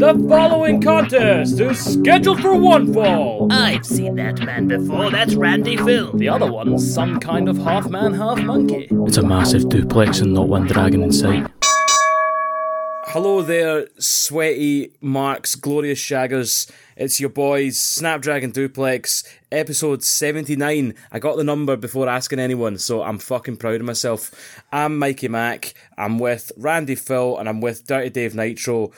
The following contest is scheduled for one fall. I've seen that man before. That's Randy Phil. The other one's some kind of half man, half monkey. It's a massive duplex and not one dragon in sight. Hello there, sweaty marks, glorious shaggers. It's your boys, Snapdragon Duplex, episode 79. I got the number before asking anyone, so I'm fucking proud of myself. I'm Mikey Mack, I'm with Randy Phil, and I'm with Dirty Dave Nitro.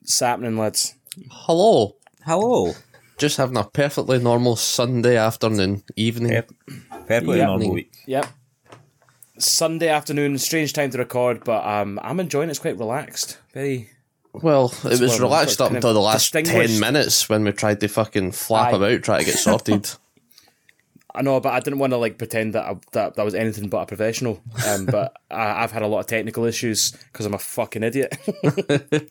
What's happening, lads? Hello. Hello. Just having a perfectly normal Sunday afternoon, evening. Perfectly Yeah. normal week. Yep. Sunday afternoon, strange time to record, but um, I'm enjoying it. It's quite relaxed. Very Well, it was one, relaxed so up kind until of the last distinguished. 10 minutes when we tried to fucking flap Aye. about, try to get sorted. I know, but I didn't want to like pretend that I, that that was anything but a professional. Um, but I, I've had a lot of technical issues because I'm a fucking idiot.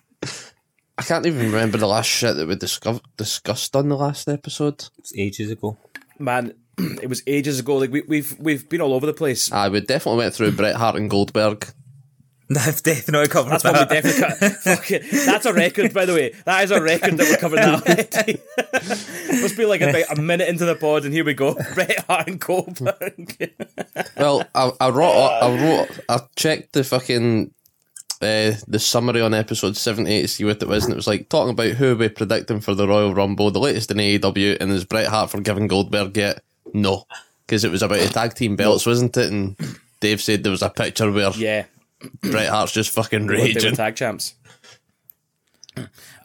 I can't even remember the last shit that we discover- discussed on the last episode. It's ages ago. Man, it was ages ago. Like we, we've we've been all over the place. Aye, we definitely went through Bret Hart and Goldberg. I've definitely covered That's probably definitely cut. fucking. That's a record, by the way. That is a record that we're covering that already. Must be like about a minute into the pod, and here we go. Bret Hart and Goldberg. Well, I, I wrote, I wrote, I checked the fucking uh, the summary on episode seventy eight to see what it was, and it was like talking about who we predicting for the Royal Rumble, the latest in AEW, and is Bret Hart forgiving Goldberg yet? No, because it was about the tag team belts, wasn't it? And Dave said there was a picture where yeah. Bret Hart's just fucking what they were raging. tag champs.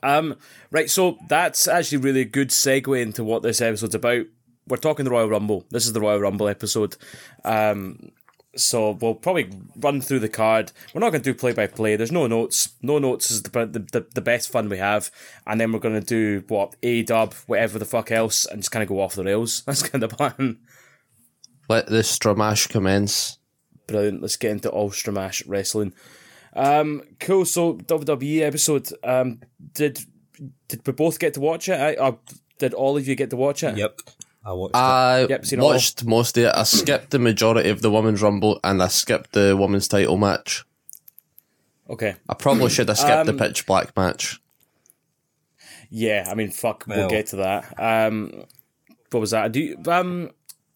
Um, right, so that's actually really a good segue into what this episode's about. We're talking the Royal Rumble. This is the Royal Rumble episode. Um, so we'll probably run through the card. We're not going to do play by play. There's no notes. No notes is the, the, the, the best fun we have. And then we're going to do what A dub, whatever the fuck else, and just kind of go off the rails. That's kind of the plan. Let the stromash commence. Brilliant. Let's get into all Stramash wrestling. Um, cool. So WWE episode. Um, did did we both get to watch it? I, or did all of you get to watch it? Yep. I watched I Yep, seen it all. watched most of it. I skipped the majority of the women's rumble, and I skipped the women's title match. Okay. I probably should have skipped Um, the pitch black match. Yeah. I mean, fuck. We'll, Well. get to that. Um, what was that? Do you, um,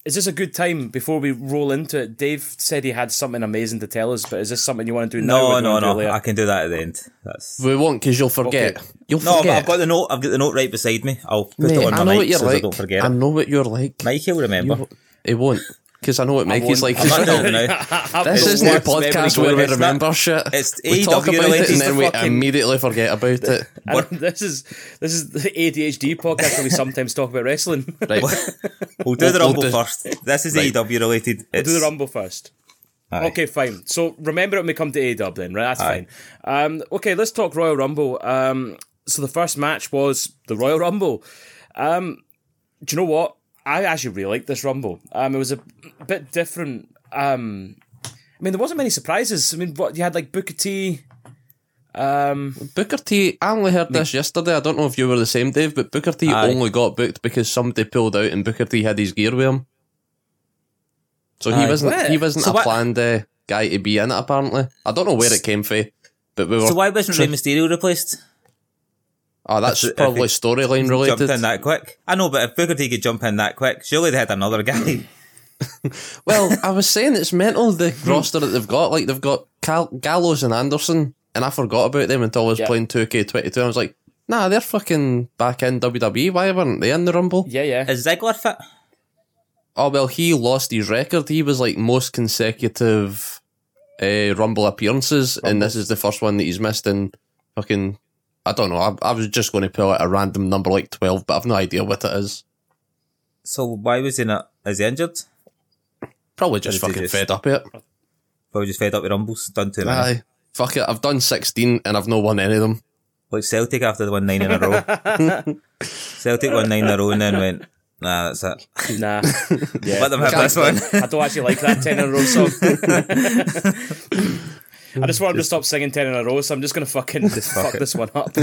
is this a good time before we roll into it? Dave said he had something amazing to tell us, but is this something you want to do it. now? No, or do you no, wanna do it no. later? I can do that at the end. That's We won't, because you'll forget. Okay. You'll no. But forget. I've got the note. I've got the note right beside me. I'll put Mate, it on I my know mic what you're so like. I don't forget. I it. know what you're like. Mike, he'll remember. It won't, because I know what Mikey's like. won't. I'm not doing it now. I've this got isn't a lots of memory podcast where going. we It's not- remember shit. it's we talk AEW about it related and to then we fucking- immediately forget about it. I don't- This is this is the ADHD podcast where we sometimes talk about wrestling. Right. We'll do We'll- the we'll rumble do- first. This is Right. AEW related. It's, do the rumble first. Aye. Okay, fine. So remember it when we come to A Dub then, right? That's Aye. fine. Um, okay, let's talk Royal Rumble. Um, so the first match was the Royal Rumble. Um, do you know what? I actually really liked this Rumble. Um, it was a bit different. Um, I mean, there wasn't many surprises. I mean, what you had like Booker T. Um, Booker T, I only heard this yesterday. I don't know if you were the same, Dave, but Booker T Aye. only got booked because somebody pulled out and Booker T had his gear with him. So he Aye. wasn't he What? wasn't So a what- planned uh, guy to be in it. Apparently, I don't know where it came from, but we were. So why wasn't Rey Mysterio replaced? oh, that's If it- if probably it storyline Jumped related. in that quick. I know, but if Booker T could jump in that quick, surely they had another guy. Well, I was saying it's mental the roster that they've got. Like they've got Cal- Gallows and Anderson, and I forgot about them until I was Yeah. playing 2K22. And I was like, nah, they're fucking back in WWE. Why weren't they in the Rumble? yeah, yeah. Is Ziggler fit? Oh well, he lost his record. He was like most consecutive uh, Rumble appearances, and this is the first one that he's missed. in fucking, I don't know. I, I was just going to pull out a random number like twelve, but I've no idea what it is. So why was he not? Is he injured? Probably just Did he fucking just- fed up it. Probably just fed up with rumbles. Done too many. Aye, fuck it. I've done sixteen and I've not won any of them. Like Celtic after the one nine in a row. Celtic won nine in a row and then went. Nah, that's it. Nah. Yeah. Let them have Can't- this one. I don't actually like that 10 in a row song. I just want him to stop singing 10 in a row, so I'm just going to fucking fuck, fuck it. this one up.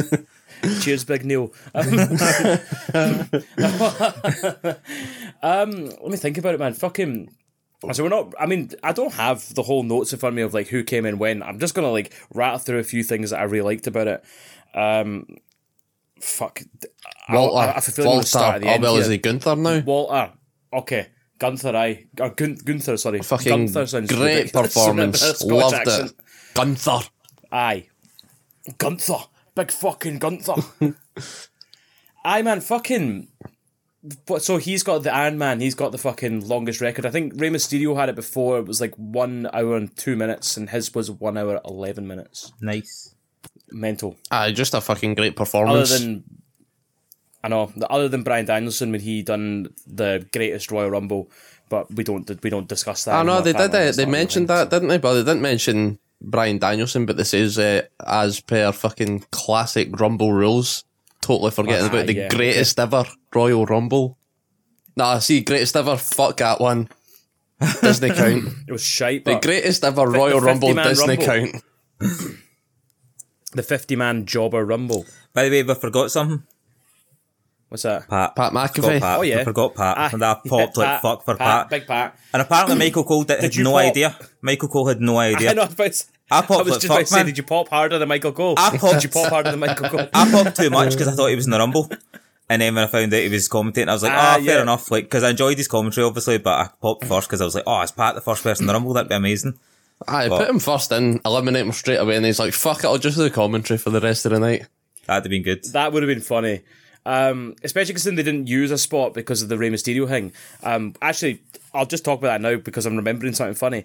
Cheers, Big Neil. Um, um, let me think about it, man. Fucking. And so we're not. I mean, I don't have the whole notes in front of me of like who came in when. I'm just gonna like rattle through a few things that I really liked about it. Um, fuck. I, Walter, I feel like I'm gonna start at Walter, the oh end well, is here. he Gunther now? Walter. ah, Okay. Gunther, I or Gun, Gunther, sorry. Fucking Gunther sounds great ridiculous in a performance. Scottish Loved accent. it. Gunther. Aye. Gunther. Big fucking Gunther. Aye, man, fucking. But so he's got the Iron Man. He's got the fucking longest record. I think Rey Mysterio had it before. It was like one hour and two minutes, and his was one hour eleven minutes. Nice. Mental. Aye, just a fucking great Other performance. than, I know. Other than Brian Danielson when he done the greatest Royal Rumble, but we don't we don't discuss that. I know anymore, they did. apparently. They, It's they not a real mentioned thing, that, didn't they? But they didn't mention Brian Danielson. But they says uh, as per fucking classic Rumble rules, totally forgetting Ah, about the yeah. greatest ever Royal Rumble. Nah, see, greatest ever. Fuck that one. Disney count. so It was shite. The But greatest ever Royal Rumble. 50-man Disney Rumble. count. the fifty man jobber Rumble. By the way, we forgot something. What's that? Pat. Pat Forgot McAfee. Pat. Oh yeah, We forgot Pat. Ah, and I popped yeah, like Pat, fuck for Pat. Pat. Big Pat. And apparently Michael Cole did, had you no pop? idea. Michael Cole had no idea. I know. I was, I popped I was like just fuck, about to say, man. did you pop harder than Michael Cole? I popped- did you pop harder than Michael Cole? I popped too much because I thought he was in the Rumble. And then when I found out he was commentating, I was like, ah, Ah, fair yeah. enough. Like, because I enjoyed his commentary, obviously, but I popped first because I was like, oh, is Pat the first person in the Rumble? That'd be amazing. Aye, But- put him first in, eliminate him straight away, and he's like, "Fuck it, I'll just do the commentary for the rest of the night." That'd have been good. that would have been funny. Um, especially because they didn't use a spot because of the Rey Mysterio thing. Um, actually, I'll just talk about that now because I'm remembering something funny,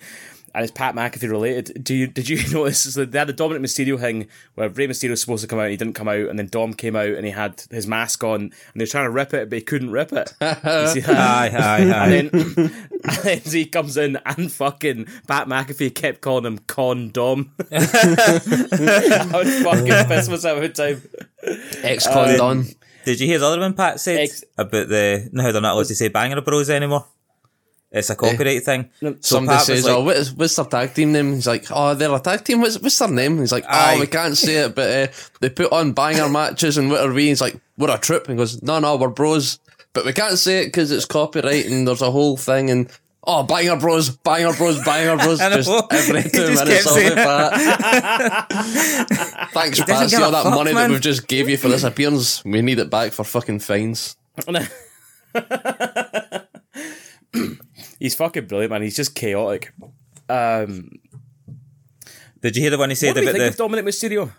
and it's Pat McAfee related. Do you did you notice so they had a Dominic Mysterio thing where Rey Mysterio was supposed to come out, he didn't come out, and then Dom came out and he had his mask on, and they were trying to rip it, but he couldn't rip it. You see that? Aye, aye, aye. And then, and then he comes in and fucking Pat McAfee kept calling him condom. I was fucking pissed myself every time. Ex con done. Did you hear the other one Pat said Ex- about the no, they're not allowed to say banger bros anymore? It's Eh. a copyright thing. So Somebody Pat was says, like, "Oh, what is, what's their tag team name?" He's like, "Oh, they're a tag team. What's, what's their name?" He's like, "Oh, Aye. we can't say it, but uh, they put on banger matches, and what are we?" He's like, "We're a trip," and goes, "No, no, we're bros, but we can't say it because it's copyright, and there's a whole thing." And oh, banger bros, banger bros, banger bros, I know. just every He two just minutes of kept it. saying Pat. Thanks, Pat. See give all a that fuck, money man. that we've just gave you for this appearance. We need it back for fucking fines. He's fucking brilliant, man. He's just chaotic. did you hear the one he said What do we about think the? of Dominic Mysterio?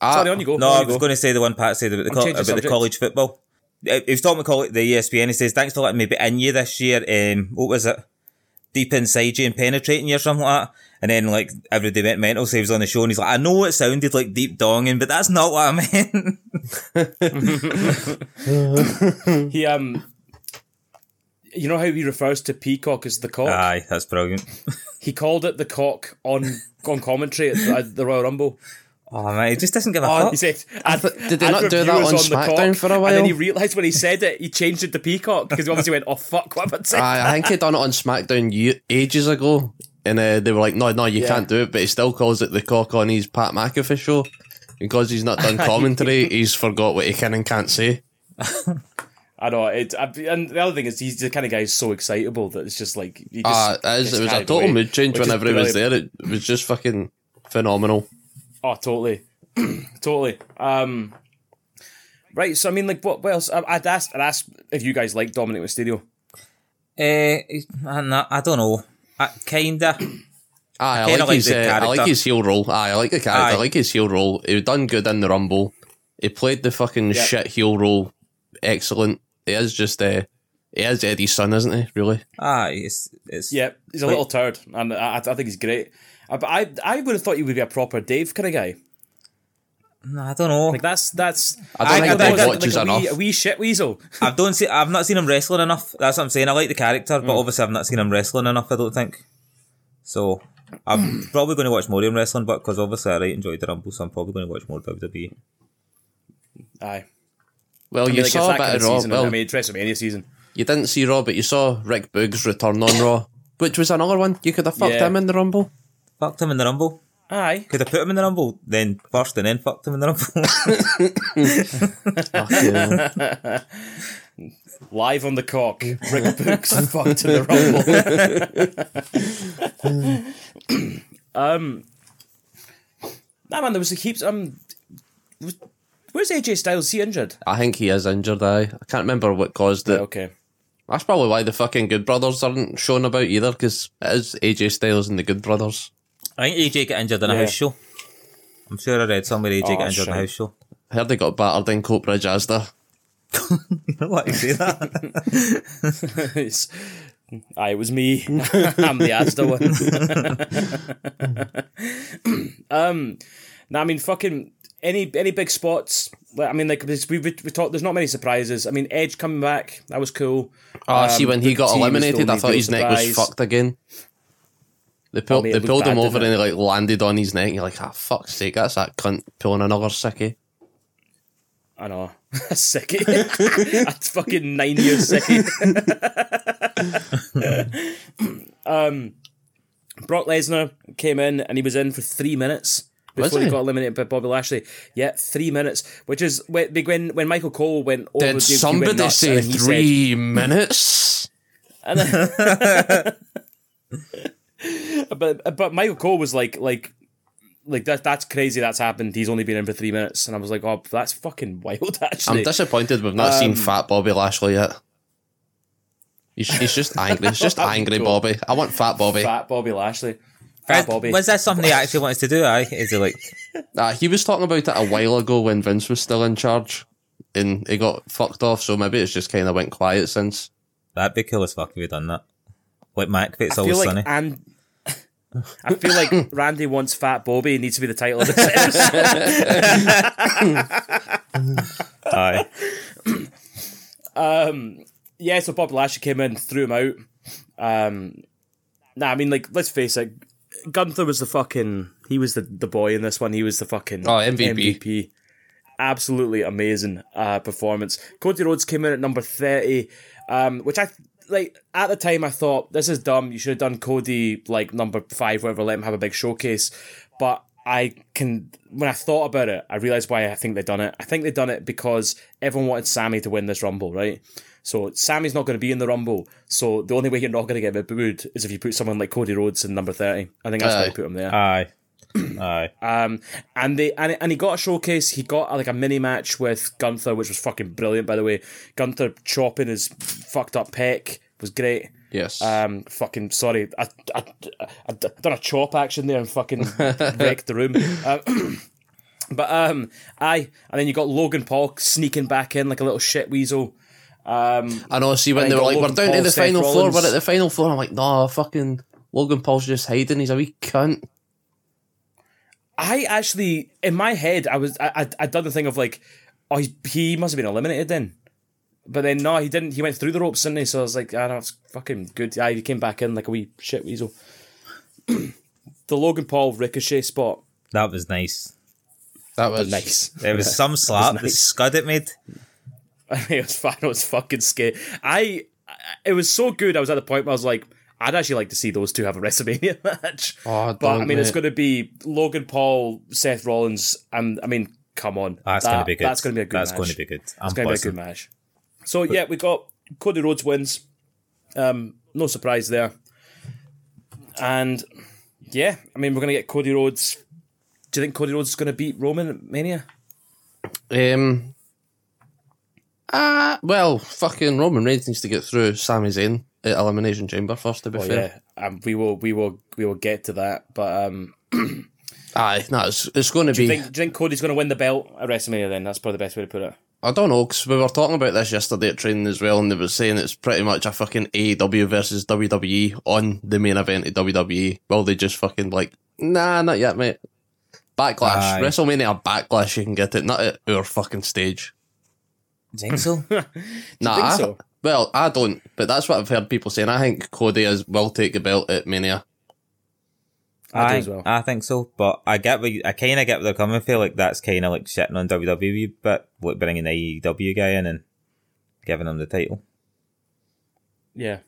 Ah, Sorry, on you go. no, on I you was go. going to say the one Pat said about the co- changing about the subject. college football. Uh, He was talking about college, the ESPN. He says, "Thanks for letting me be in you this year." Um, what was it? Deep inside you and penetrating you or something like that. And then like everybody went mental. So he was on the show and he's like, "I know it sounded like deep donging, but that's not what I meant." He um, you know how he refers to Peacock as the cock. Aye, that's brilliant. he called it the cock on on commentary at the, at the Royal Rumble. Oh man, he just doesn't give a Oh, fuck. he said, and, did they and not do that reviewers on the cock. SmackDown for a And then he while? realised when he said it, he changed it to Peacock because he obviously went, oh fuck, what have I said? I, I think he done it on SmackDown ye- ages ago, and uh, they were like, "No, no, you can't do it." But he still calls it the cock on his Pat McAfee show because he's not done commentary. he's forgot what he can and can't say. I know it, I, and the other thing is he's the kind of guy who's so excitable that it's just like he just, Ah, it, is, gets it was a carried total away, mood change which is whenever he was brilliant. there. It was just fucking phenomenal. Oh, totally, totally. Um, right. So I mean, like, what, what else? I, I'd asked, I'd asked if you guys like Dominic Mysterio. Eh, I, no, I don't know. I, kinda. Aye, I, kinda like, like his the uh, I like character. his heel role. Aye, I like the character. Aye. I like his heel role. He done good in the Rumble. He played the fucking shit heel role. Excellent. He is just uh, he is Eddie's son, isn't he? Really? Ah, it's it's Yeah, he's a little turd, and I, I think he's great. Uh, But I, I would have thought he would be a proper Dave kind of guy. No, I don't know. Like that's that's. I don't think thought he Dave was watches like a wee, enough. a wee shit weasel. I don't see. I've not seen him wrestling enough. That's what I'm saying. I like the character, Mm. but obviously I've not seen him wrestling enough. I don't think. So I'm probably going to watch more of him wrestling, but because obviously I really enjoyed the Rumble, so I'm probably going to watch more E. WWE. Aye. Well, I mean, you like, it's saw that a kind bit of of Raw. season. Well, I mean, it's WrestleMania season. You didn't see Raw, but you saw Rick Boog's return on Raw, which was another one. You could have fucked Yeah. him in the Rumble. Fucked him in the Rumble. Aye. Could I put him in the Rumble then first, and then fucked him in the Rumble? Live on the cock, Rick Books fucked in the rumble. um, nah, man, there was heaps. Um, was- where's AJ Styles? Is he injured? I think he is injured. I I can't remember what caused it. Okay. That's probably why the fucking Good Brothers aren't shown about either, because it is AJ Styles and the Good Brothers. I think AJ got injured in a Yeah. house show. I'm sure I read somewhere AJ Oh, got injured in a shit. house show. I heard they got battered in Coatbridge Asda. Why you say that? It's- Aye, it was me. I'm the Asda one. um, no, I mean, fucking any any big spots. Like, I mean, like we we, we talked. There's not many surprises. I mean, Edge coming back, that was cool. Oh, I see, Um, when Booker he T got was the eliminated, I only thought real his neck was surprise. fucked again. They pulled, mate, it they looked pulled him bad, over and didn't he like landed on his neck. And you're like, ah, fuck's sake, that's that cunt pulling another sickie. I know. Sickie. That's fucking nine years sickie. um, Um, Brock Lesnar came in and he was in for three minutes Was before he he? got eliminated by Bobby Lashley. Yeah, three minutes, which is when when, when Michael Cole went over. Did he went somebody nuts say and he said- three minutes? but but Michael Cole was like like like that that's crazy that's happened. He's only been in for three minutes, and I was like, oh, that's fucking wild. Actually, I'm disappointed we've not seen Um, Fat Bobby Lashley yet. He's, he's just angry. He's just angry, Cool. Bobby. I want Fat Bobby. fat Bobby Lashley. Is- Fat Bobby. Was that something they actually wanted to do? Aye? Is it like, Uh, he was talking about it a while ago when Vince was still in charge, and he got fucked off. So maybe it's just kind of went quiet since. that'd be cool as fuck if we done that. Like Mac, but it's I feel always like sunny. and I feel like Randy wants Fat Bobby. It needs to be the title of this episode. Aye. yeah, so Bob Lashley came in, threw him out. Um, nah, I mean, like, let's face it, Gunther was the fucking. He was the the boy in this one. He was the fucking Oh, MVP. MVP. Absolutely amazing uh, performance. Cody Rhodes came in at number thirty, um, which I like at the time I thought this is dumb. You should have done Cody like number five, whatever. Let him have a big showcase, but. I can when I thought about it, I realized why I think they done it. I think they done it because everyone wanted Sammy to win this rumble, right? So Sammy's not going to be in the rumble. So the only way you're not going to get booed is if you put someone like Cody Rhodes in number thirty. I think that's why Aye. they put him there. Aye. Aye. Um, and they and, and he got a showcase. He got uh, like a mini match with Gunther, which was fucking brilliant, by the way. Gunther chopping his fucked up pec was great. Yes. Um, fucking sorry, I, I, I, I done a chop action there and fucking wrecked the room. Um, but um, aye, and then you got Logan Paul sneaking back in like a little shit weasel. Um, I know. See, when and they he were got like, "We're Logan down to Paul, the Seth final floor. Rollins. We're at the final floor." I'm like, "Nah, fucking Logan Paul's just hiding. He's a wee cunt." I actually, in my head, I was I I I'd done the thing of like, oh, he's, he must have been eliminated then, but then no, he didn't. He went through the ropes, didn't he? So I was like, ah, that's fucking good. Yeah, he came back in like a wee shit weasel. the Logan Paul ricochet spot, That was nice. That was nice. There was some slap, the scud it made. it was fine. It was fucking scary. I, I, it was so good. I was at the point where I was like, I'd actually like to see those two have a WrestleMania match. Oh, but I don't, mean, it's mate. going to be Logan Paul, Seth Rollins, and I mean, come on, That's That- going to Ah, be good. That's going to be a good. That's match. going to be good. I'm It's going to be a buzzing. good match. So yeah, we got Cody Rhodes wins. Um, no surprise there. And yeah, I mean, we're going to get Cody Rhodes. Do you think Cody Rhodes is going to beat Roman at Mania? Um. Ah, well, fucking Roman Reigns needs to get through Sami Zayn at Elimination Chamber first. To be Oh, fair, yeah, um, we will, we will, we will get to that. But um, aye, no, it's, it's going to be. think, do you think Cody's going to win the belt at WrestleMania? Then that's probably the best way to put it. I don't know, 'cause we were talking about this yesterday at training as well, and they were saying it's pretty much a fucking AEW versus WWE on the main event of WWE. Well, they just fucking like, nah, not yet, mate. Backlash. Aye. WrestleMania Backlash, you can get it, not at our fucking stage. Think so? Nah, think I- so? well, I don't, but that's what I've heard people saying. I think Cody is will take the belt at Mania. I do I, as well. I think so, but I get what you, I kind of get where they're coming. from. feel like that's kind of like shitting on WWE, but like bringing the AEW guy in and giving him the title. Yeah,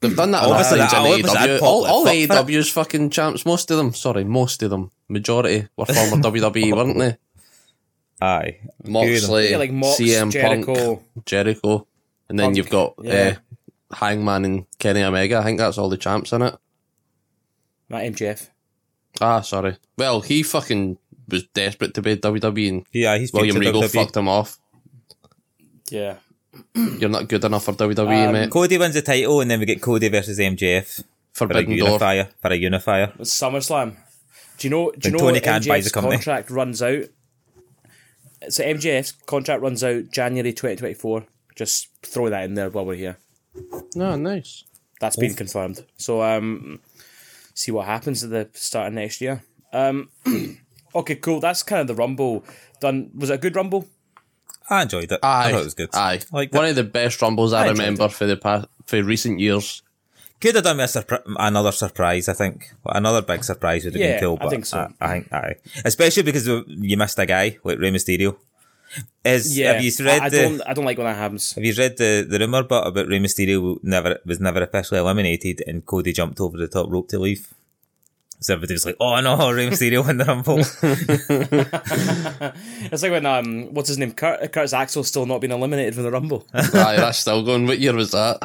They've done that Obviously, obviously. that- obviously, I'd AEW. pop All, the all fuck for it. AEW's fucking champs, most of them, sorry, most of them, majority were former WWE, weren't they? Aye, Good. Moxley, yeah, like Mox, CM Punk, Jericho. Jericho. and then Punk, you've got yeah. uh, Hangman and Kenny Omega. I think that's all the champs in it. Not MJF. Ah, sorry. Well, he fucking was desperate to be WWE, E and Yeah, he's been William to E. Regal WWE. fucked him off. Yeah. You're not good enough for WWE, mate. Cody wins the title, and then we get Cody versus MJF for a Forbidden Door. unifier. For a unifier, It's SummerSlam. Do you know? Do you Then know Tony Tony Khan MJF's buys the company. contract runs out? So MJF's contract runs out January 2024. Just throw that in there while we're here. No, nice. That's been confirmed. So um, see what happens at the start of next year. Um, okay, cool. That's kind of the rumble done. Was it a good rumble? I enjoyed it. Aye, I thought it was good. Aye, I liked one it. of the best rumbles I, I enjoyed remember for the past for recent years. Could have done with a surpri- another surprise, I think. Another big surprise would have Yeah, been cool. I But think so. I, I think, aye. Especially because you missed a guy like Rey Mysterio. Is, Yeah. Have you read I, I the? don't. I don't like when that happens. Have you read the, the rumor but about Rey Mysterio will never was never officially eliminated and Cody jumped over the top rope to leave? So everybody was like, "Oh no, Rey Mysterio won the rumble." It's like when um, what's his name? Kurt, Kurt's Axel still not been eliminated from the rumble. Aye, that's still going. What year was that?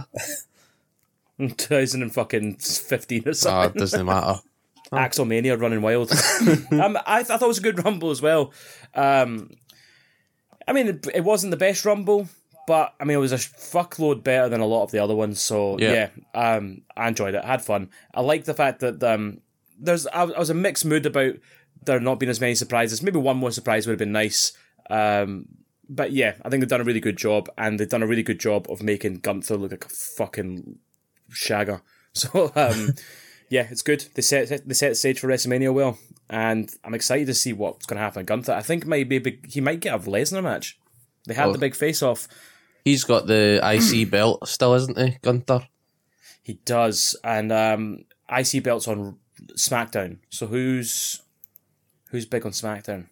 2015 or Ah, something. it doesn't matter. Axel Mania running wild. um, I, th- I thought it was a good rumble as well. Um, I mean, it, it wasn't the best rumble, but I mean, it was a fuckload better than a lot of the other ones. So yeah, Yeah. um, I enjoyed it. I had fun. I like the fact that um, there's I, was- I was in a mixed mood about there not being as many surprises. Maybe one more surprise would have been nice. Um, but yeah, I think they've done a really good job, and they've done a really good job of making Gunther look like a fucking shagger. So um, yeah, it's good. They set they set the stage for WrestleMania well, and I'm excited to see what's going to happen. to Gunther, I think maybe big- he might get a Lesnar match. They had Oh. the big face off. He's got the IC belt still, isn't he, Gunther? He does, and um, IC belts on SmackDown. So who's who's big on SmackDown?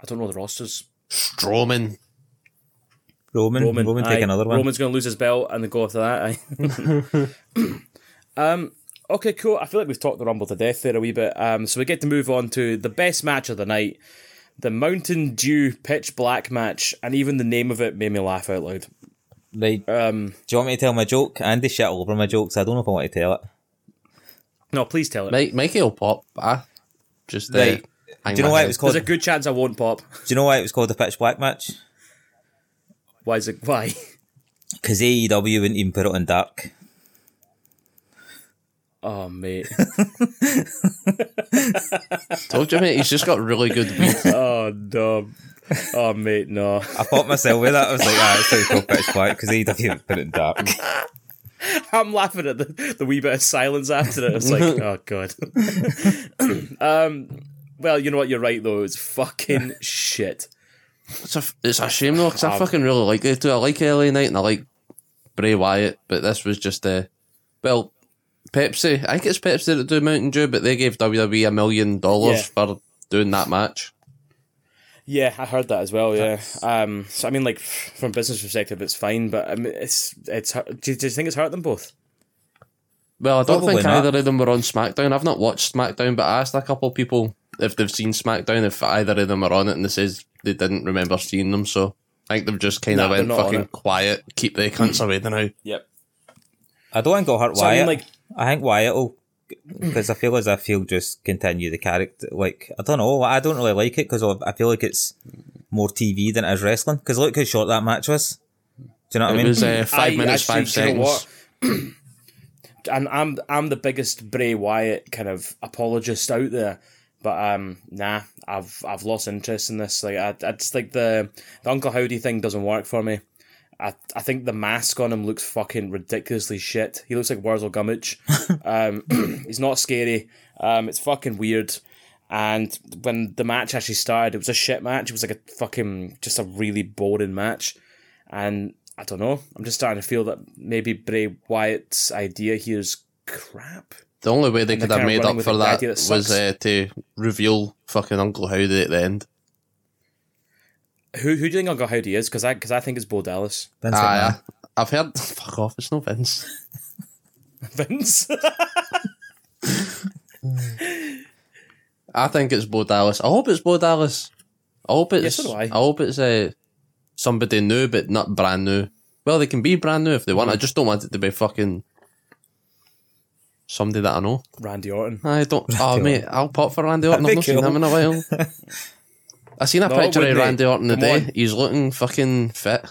I don't know the rosters. Strowman. Roman, Roman, aye. take another one. Roman's going to lose his belt and then go after that. aye. um, okay, cool. I feel like we've talked the Rumble to death there a wee bit. Um, so we get to move on to the best match of the night, the Mountain Dew Pitch Black match, and even the name of it made me laugh out loud. Right. um, Do you want me to tell my joke? Andy shit all over my jokes. I don't know if I want to tell it. No, please tell it. Mike, Mikey will pop. Ah, just uh, Right. hang Do you know my why head. it was called? There's a good chance I won't pop. do you know why it was called the pitch black match? Why is it? Why? Because AEW E wouldn't even put it on dark. Oh mate. Told you, mate. He's just got really good. Weed. oh no. Oh mate, no. I fought myself with that. I was like, "Ah, it's so called pitch black because AEW E wouldn't put it in dark." I'm laughing at the, the wee bit of silence after it. It's like, oh god. um, well, you know what? You're right though. It's fucking shit. It's a, it's a shame though, because Ah. I fucking really like it too. I like LA Knight and I like Bray Wyatt, but this was just uh, well, Pepsi. I think it's Pepsi that do Mountain Dew, but they gave WWE a million dollars for doing that match. Yeah, I heard that as well. Yeah. Um, so I mean, like f- from a business perspective, it's fine, but I mean, it's it's. hurt- Do you, do you think it's hurt them both? Well, I don't Probably think not. either of them were on SmackDown. I've not watched SmackDown, but I asked a couple people if they've seen SmackDown if either of them are on it, and they says they didn't remember seeing them. So I think they've just kind Nah, of they're went not on fucking it. Hmm. quiet, keep the cunts away. Then now Yep. I don't think it'll hurt So, I mean, Wyatt. I, like- think Wyatt will, because I feel as if he'll just continue the character. Like I don't know, I don't really like it because I feel like it's more TV than it is wrestling. Because look how short that match was. Do you know what I it mean? was uh, five I minutes, actually- five do you know seconds. what? and I'm I'm the biggest Bray Wyatt kind of apologist out there, but um, nah, I've I've lost interest in this. Like I, I just like the the Uncle Howdy thing doesn't work for me. I, I think the mask on him looks fucking ridiculously shit. He looks like Wurzel Gummidge. Um, he's not scary. Um, it's fucking weird. And when the match actually started, it was a shit match. It was like a fucking just a really boring match. And I don't know. I'm just starting to feel that maybe Bray Wyatt's idea here is crap. The only way they And could they're have kinda made running up with for the that idea that was uh, sucks. to reveal fucking Uncle Howdy at the end. Who who do you think Uncle Howdy is? Because I because I think it's Bo Dallas. Vince McMahon. Aye, I, I've heard. Fuck off! It's no Vince. Vince. I think it's Bo Dallas. I hope it's Bo Dallas. I hope it's. so do I. hope it's uh, somebody new, but not brand new. Well, they can be brand new if they Mm-hmm. want. I just don't want it to be fucking somebody that I know. Randy Orton. I don't. oh, mate, I'll pop for Randy Orton. I've That'd not be seen cool. him in a while. I seen a No, it picture of wouldn't, Randy mate. Orton Come today. on. He's looking fucking fit.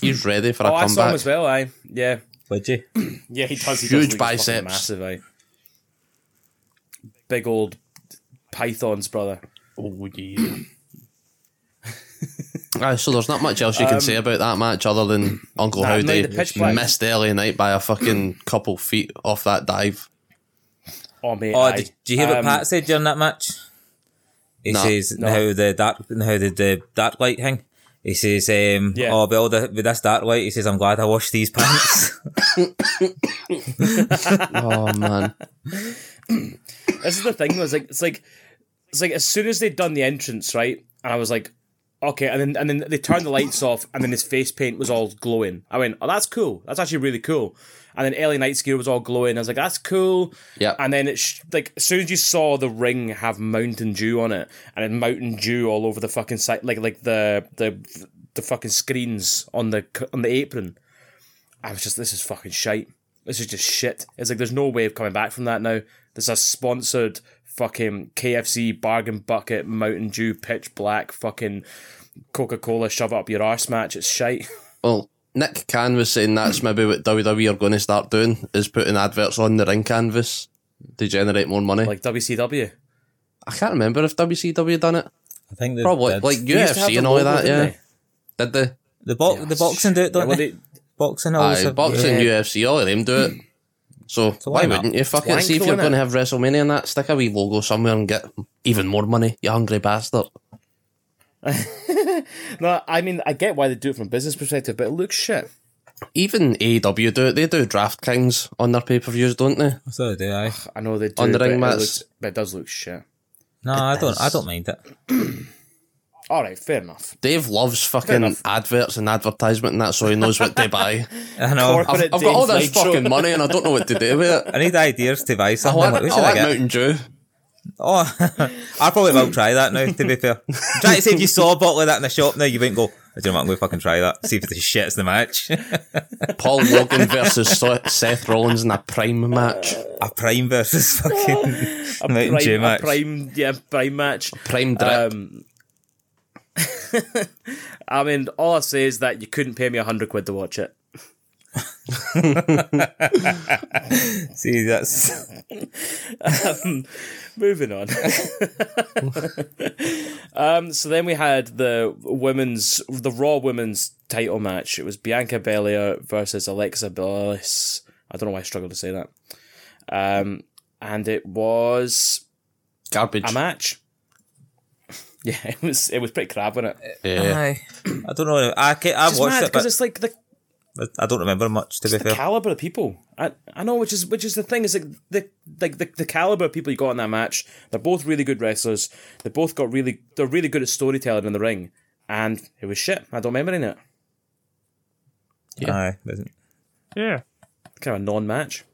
He's ready for a Oh, I saw him comeback. as well. Aye, yeah, Would you? yeah, he does. He does Huge look fucking biceps. massive. Aye, big old pythons, brother. Oh yeah. Aye, Uh, so there's not much else you can say about that match other than Uncle Nah, Howdy Um, made the pitch black. missed early night by a fucking couple feet off that dive. Oh mate, Oh, aye. did, did you hear what Um, Pat said during that match? He No. says how the dark, how the, the dark light thing. He says, um, Yeah. "Oh, with, all the, with this dark light," he says, "I'm glad I washed these pants." Oh man, This is the thing. though, It's like it's like it's like as soon as they'd done the entrance, right, and I was like, okay, and then and then they turned the lights off, and then his face paint was all glowing. I went, oh, that's cool. That's actually really cool. And then Ellie Knight's gear was all glowing. I was like, that's cool. Yep. And then it sh- like as soon as you saw the ring have Mountain Dew on it, and then Mountain Dew all over the fucking site, like like the the the fucking screens on the c- on the apron. I was just, this is fucking shite. This is just shit. It's like there's no way of coming back from that now. There's a sponsored fucking KFC bargain bucket Mountain Dew pitch black fucking Coca Cola shove it up your arse match. It's shite. Well, Nick Khan was saying that's maybe what WWE are going to start doing is putting adverts on the ring canvas to generate more money. Like WCW. I can't remember if WCW done it. I think they Probably did. like used to have UFC the and all logo, that. Yeah, didn't did they? the bo- the boxing do it, don't Yeah, well, they? they- Boxing always. Aye, have- boxing, Yeah. UFC, all of them do it. So, So why, why not? wouldn't you fuck it? Wank See if though, you're innit? going to have WrestleMania and that, stick a wee logo somewhere and get even more money. You hungry bastard. no, I mean, I get why they do it from a business perspective, but it looks shit. Even AEW do it. They do DraftKings on their pay per views, don't they? So do I. I know they do. On the but ring it mats. looks- but it does look shit. No, I don't. I don't mind it. All right, fair enough. Dave loves fucking enough. adverts and advertisement, and that's so he knows what to buy. I know. Corporate- I've- I've, I've got all this Dave's like- fucking money and I don't know what to do with it. I need ideas to buy I something. I'm want, like, what Oh, I should I want get? Mountain Dew. Oh, I probably will try that now. To be fair, I'm trying to say if you saw a bottle of that in the shop now, you wouldn't go. I don't know. what, I'm going to fucking try that. See if the shit's the match. Paul Logan versus So- Seth Rollins in a prime match. a prime versus fucking Mountain Prime, Dew a match. prime, yeah, prime match. Prime drip. Um, I mean, all I say is that you couldn't pay me a hundred quid to watch it. See, that's Um, Moving on. um, so then we had the women's, the Raw women's title match. It was Bianca Belair versus Alexa Bliss. I don't know why I struggled to say that. Um, and it was Garbage. a match. Yeah, it was. It was pretty crap, wasn't it? Yeah. I don't know. I can't, I It's watched mad it, because but it's like the I don't remember much. To be the fair, caliber of people. I, I know, which is which is the thing is like the like the, the caliber of people you got in that match. They're both really good wrestlers. They both got really they're really good at storytelling in the ring, and it was shit. I don't remember any of it. aye, wasn't- Kind of a non-match.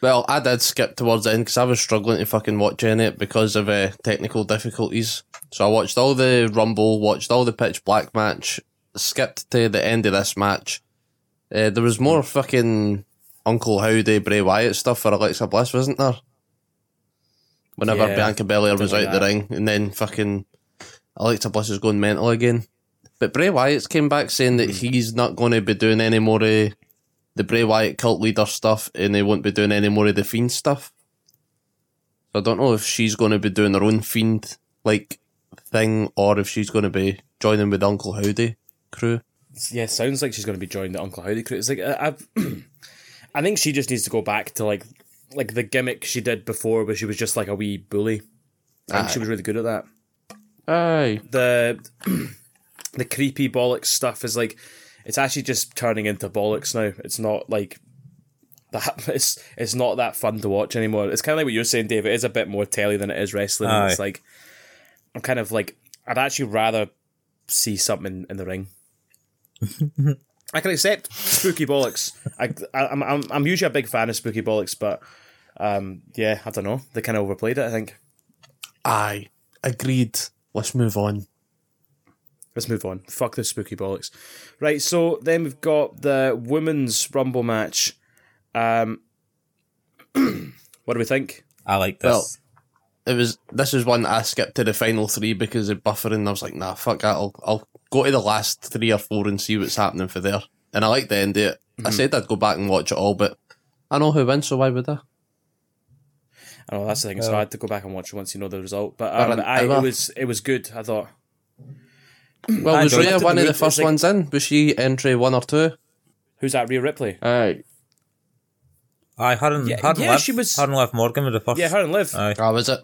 Well, I did skip towards the end because I was struggling to fucking watch any of it because of uh, technical difficulties. So I watched all the Rumble, watched all the Pitch Black match, skipped to the end of this match. Uh, there was more fucking Uncle Howdy, Bray Wyatt stuff for Alexa Bliss, wasn't there? Whenever Yeah, Bianca Belair was like out the that. ring, and then fucking Alexa Bliss is going mental again. But Bray Wyatt's came back saying Hmm. that he's not going to be doing any more uh, the Bray Wyatt cult leader stuff, and they won't be doing any more of the Fiend stuff. So I don't know if she's going to be doing her own Fiend like thing, or if she's going to be joining with Uncle Howdy crew. Yeah, sounds like she's going to be joining the Uncle Howdy crew. It's like I, I've, I think she just needs to go back to like like the gimmick she did before, where she was just like a wee bully. I think she was really good at that. Aye, the the creepy bollocks stuff is like it's actually just turning into bollocks now. It's not like that. It's it's not that fun to watch anymore. It's kind of like what you're saying, Dave. It is a bit more telly than it is wrestling. and It's Aye. like I'm kind of like I'd actually rather see something in the ring. I can accept spooky bollocks. I, I I'm, I'm I'm usually a big fan of spooky bollocks, but um yeah, I don't know. They kind of overplayed it. I think. aye, agreed. Let's move on. Let's move on. Fuck this spooky bollocks. Right, so then we've got the women's rumble match. Um, what do we think? I like this. Well, it was this is one that I skipped to the final three because of buffering. I was like, nah, fuck that. I'll I'll go to the last three or four and see what's happening for there. And I like the end of it. I Mhm. said I'd go back and watch it all, but I know who wins, so why would I? I know that's the thing. Uh, It's hard to go back and watch it once you know the result. But um, Aaron, I, I it love- was it was good. I thought. Well, was enjoyed Rhea it. one of the It's first like- ones in? Was she entry one or two? Who's that? Rhea Ripley. Aye. Aye, her and, Yeah, her and yeah, Liv. she was- Her and Liv Morgan were the first. Yeah, her and Liv. Aye. Oh, was it?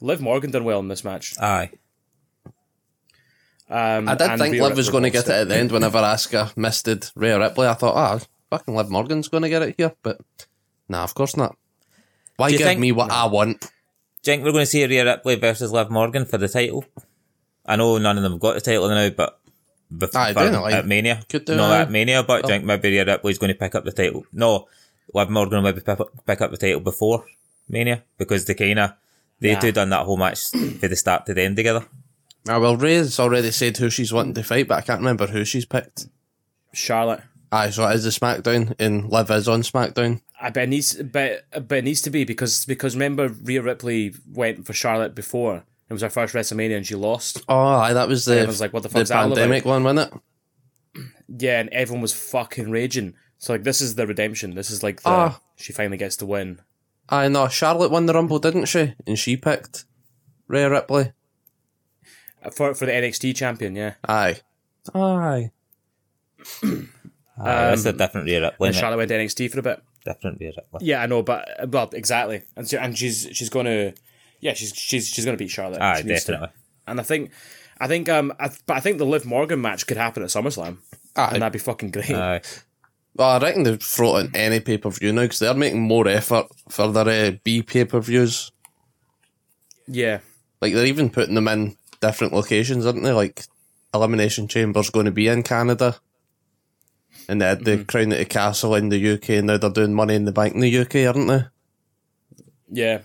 Liv Morgan done well in this match. Aye. Um, I did and think Rhea Liv was Ripley going to lost get it at the end whenever Asuka misted Rhea Ripley. I thought, ah, fucking Liv Morgan's going to get it here, but nah, of course not. Why Do you give think- me what I want? Do you think we're going to see Rhea Ripley versus Liv Morgan for the title? I know none of them have got the title now, but before Aye, don't know, like, at Mania, could do, no, aye. at Mania, but do you think maybe Rhea Ripley's going to pick up the title? No, Liv Morgan will maybe pick up, pick up the title before Mania because they kind of they Nah. two done that whole match for the start to the end together. Ah, well, Rhea's already said who she's wanting to fight, but I can't remember who she's picked. Charlotte. Aye, so it is the SmackDown, and Liv is on SmackDown. I bet it needs, but, but it needs to be because because remember Rhea Ripley went for Charlotte before. It was her first WrestleMania and she lost. Oh, aye, that was the, Everyone's like, what the the fuck's that all about? pandemic one, wasn't it? Yeah, and everyone was fucking raging. So like, this is the redemption. This is like the Ah. she finally gets to win. Aye, no, Charlotte won the Rumble, didn't she? And she picked Rhea Ripley. Uh, for for the NXT champion. Yeah, Aye. Aye. Aye, that's a different Rhea Ripley, and innit? Charlotte went Um, to NXT for a bit. different Rhea Ripley. Yeah, I know, but uh, well, exactly. And so, and she's she's gonna, yeah, she's she's she's gonna beat Charlotte. Aye, She needs to. definitely. And I think, I think, um, I, but I think the Liv Morgan match could happen at SummerSlam, and Aye. that'd be fucking great. Aye, Well, I reckon they've throw it in any pay per view now because they're making more effort for their uh, B pay per views. yeah, Like they're even putting them in different locations, aren't they? Like Elimination Chamber's going to be in Canada, and they had Mm-hmm. the Crown at the Castle in the UK, and now they're doing Money in the Bank in the UK, aren't they? yeah.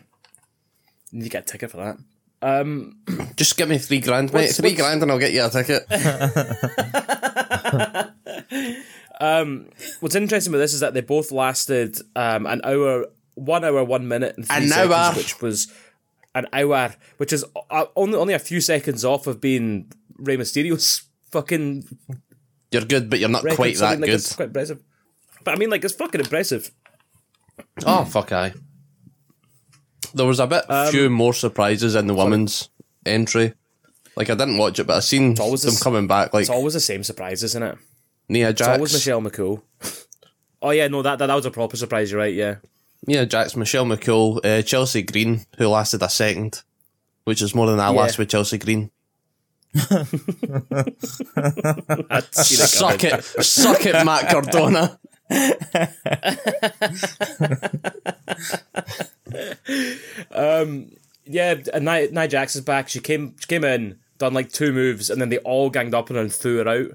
You get a ticket for that. Just give me three grand, mate. What's- three what's- grand, and I'll get you a ticket. What's interesting about this is that they both lasted um, an hour, one hour, one minute, and three An seconds, hour. which was an hour, which is uh, only only a few seconds off of being Rey Mysterio's fucking You're good, but you're not record. quite that something like good. It's quite impressive. But I mean, like, it's fucking impressive. Oh fuck, aye. There was a bit Um, few more surprises in the women's entry. Like I didn't watch it, but I seen them always this- coming back. Like It's always the same surprise, isn't it? Nia It's Jax. always Michelle McCool. oh yeah, no, that, that that was a proper surprise. You're right. Yeah, Nia Jax, Michelle McCool, uh, Chelsea Green, who lasted a second, which is more than I last with Chelsea Green. I'd seen it coming. Suck it, suck it, Matt Cardona. Yeah, and Nia, Nia Jax is back. She came she came in, done like two moves, and then they all ganged up on her and threw her out.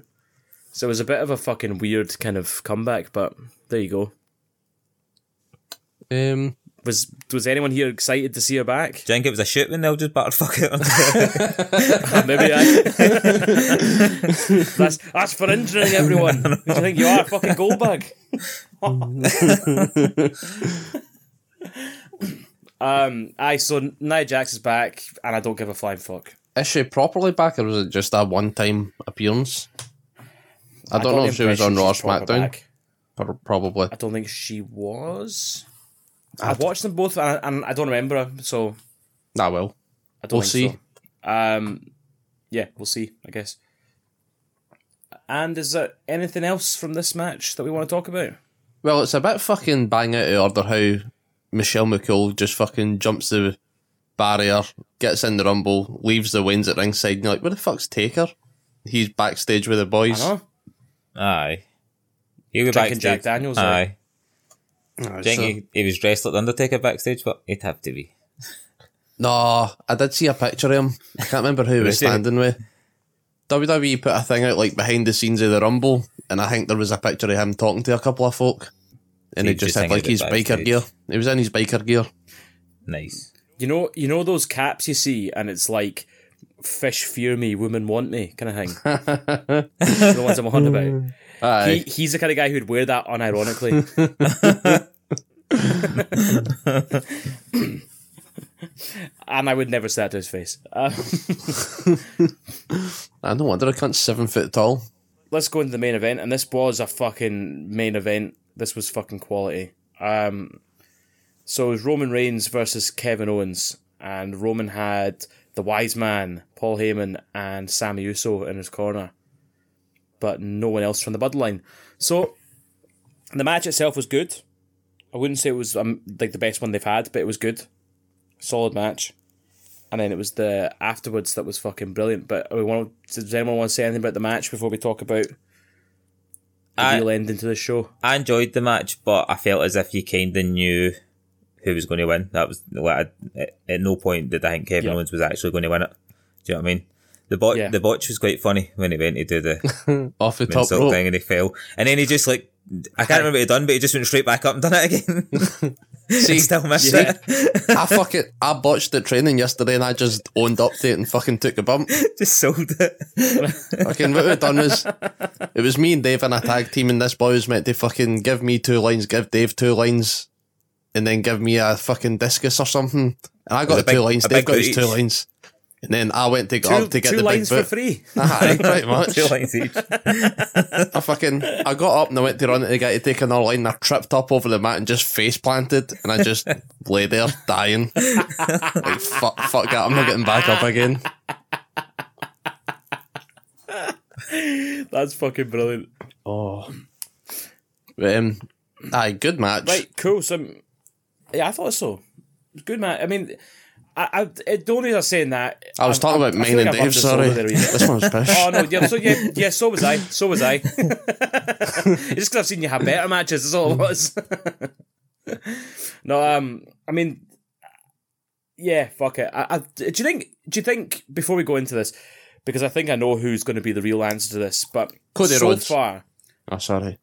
So it was a bit of a fucking weird kind of comeback, but there you go. Um, Was was anyone here excited to see her back? do you think it was a shoot when they'll just batter fuck it? Maybe I. that's that's for injuring everyone. Who do you think you are, fucking Goldberg? um, aye, so Nia Jax is back, and I don't give a flying fuck. is she properly back, or was it just a one-time appearance? I don't got know the if she was on impression Raw or she's proper SmackDown. back. Pro- Probably. I don't think she was. I watched them both, and I, and I don't remember her, so Nah, well, I don't we'll think see. so. Um, yeah, we'll see. I guess. And is there anything else from this match that we want to talk about? Well, it's a bit fucking bang out of order how Michelle McCool just fucking jumps the barrier, gets in the rumble, leaves the wins at ringside, and you're like, where the fuck's Taker? He's backstage with the boys. No, Aye. He'll be Drinking backstage. Jack Daniels, Aye. aye. Aye, Do you so- think he, he was dressed like the Undertaker backstage, but he'd have to be. No, I did see a picture of him. I can't remember who he was see it? standing with. WWE put a thing out like behind the scenes of the Rumble, and I think there was a picture of him talking to a couple of folk, and he He's just just had hanging like out his biker backstage. gear. He was in his biker gear. Nice. You know, you know those caps you see, and it's like fish fear me, women want me kind of thing. They're the ones I'm on about. Aye. He, he's the kind of guy who'd wear that unironically. and I would never say that to his face. Uh, Ah, no wonder I can't seven foot tall. let's go into the main event, and this was a fucking main event. This was fucking quality. Um, so it was Roman Reigns versus Kevin Owens, and Roman had the Wise Man, Paul Heyman, and Sammy Uso in his corner, but no one else from the bloodline. So the match itself was good. I wouldn't say it was um, like the best one they've had, but it was good, solid match. And then it was the afterwards that was fucking brilliant. But we want does anyone want to say anything about the match before we talk about the I- real ending to the show? I enjoyed the match, but I felt as if you kind of knew who was going to win. That was like I, at- at no point did I think Kevin Yeah. Owens was actually going to win it. Do you know what I mean? The botch, Yeah. the botch was quite funny when he went to do the Off the top insult rope. thing and he fell, and then he just like I can't remember what he done, but he just went straight back up and done it again. See, Still missed see, it. I fucking I botched the training yesterday and I just owned up to it and fucking took a bump. just sold it. Fucking what we've done was it was me and Dave in a tag team and this boy was meant to fucking give me two lines, give Dave two lines, and then give me a fucking discus or something. And I got With a two big- lines, a Dave big got his boot two each. lines. And then I went to go Two, up to get two the lines big for boot. free. Aye, pretty much. Two lines each. I fucking I got up and I went to run at the guy to take another line and I tripped up over the mat and just face planted and I just lay there dying. like fuck fuck that, I'm not getting back up again. That's fucking brilliant. But, um aye, good match. Right, cool. So um, yeah, I thought so. Good man. I mean, I, I it, the only reason I'm saying that I was talking about I mine feel like and I've Dave, upped this over sorry. there a wee bit. This one's pish. Oh no! Yeah, so yeah, yeah, so was I. So was I. it's just because I've seen you have better matches. That's all it was. no, um, I mean, yeah, fuck it. I, I, do you think? Do you think before we go into this, because I think I know who's going to be the real answer to this, but Cody so Rhodes. far, Oh, sorry.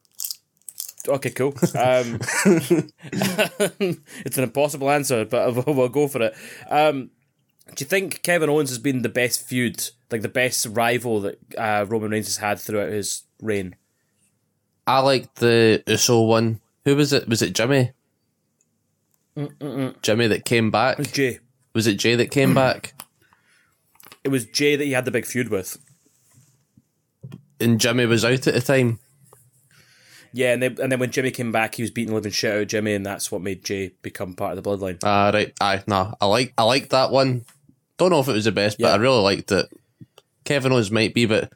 okay, cool. Um, it's an impossible answer, but we'll, we'll go for it. Um, do you think Kevin Owens has been the best feud, like the best rival that uh, Roman Reigns has had throughout his reign? I like the Uso one. Who was it? Was it Jimmy? Jimmy that came back. Jay. Was it Jay that came back? It was Jay that he had the big feud with. And Jimmy was out at the time. Yeah, and then, and then when Jimmy came back, he was beating the living shit out of Jimmy, and that's what made Jay become part of the bloodline. Ah, right. Aye, nah. I like I like that one. Don't know if it was the best, but Yeah. I really liked it. Kevin Owens might be, but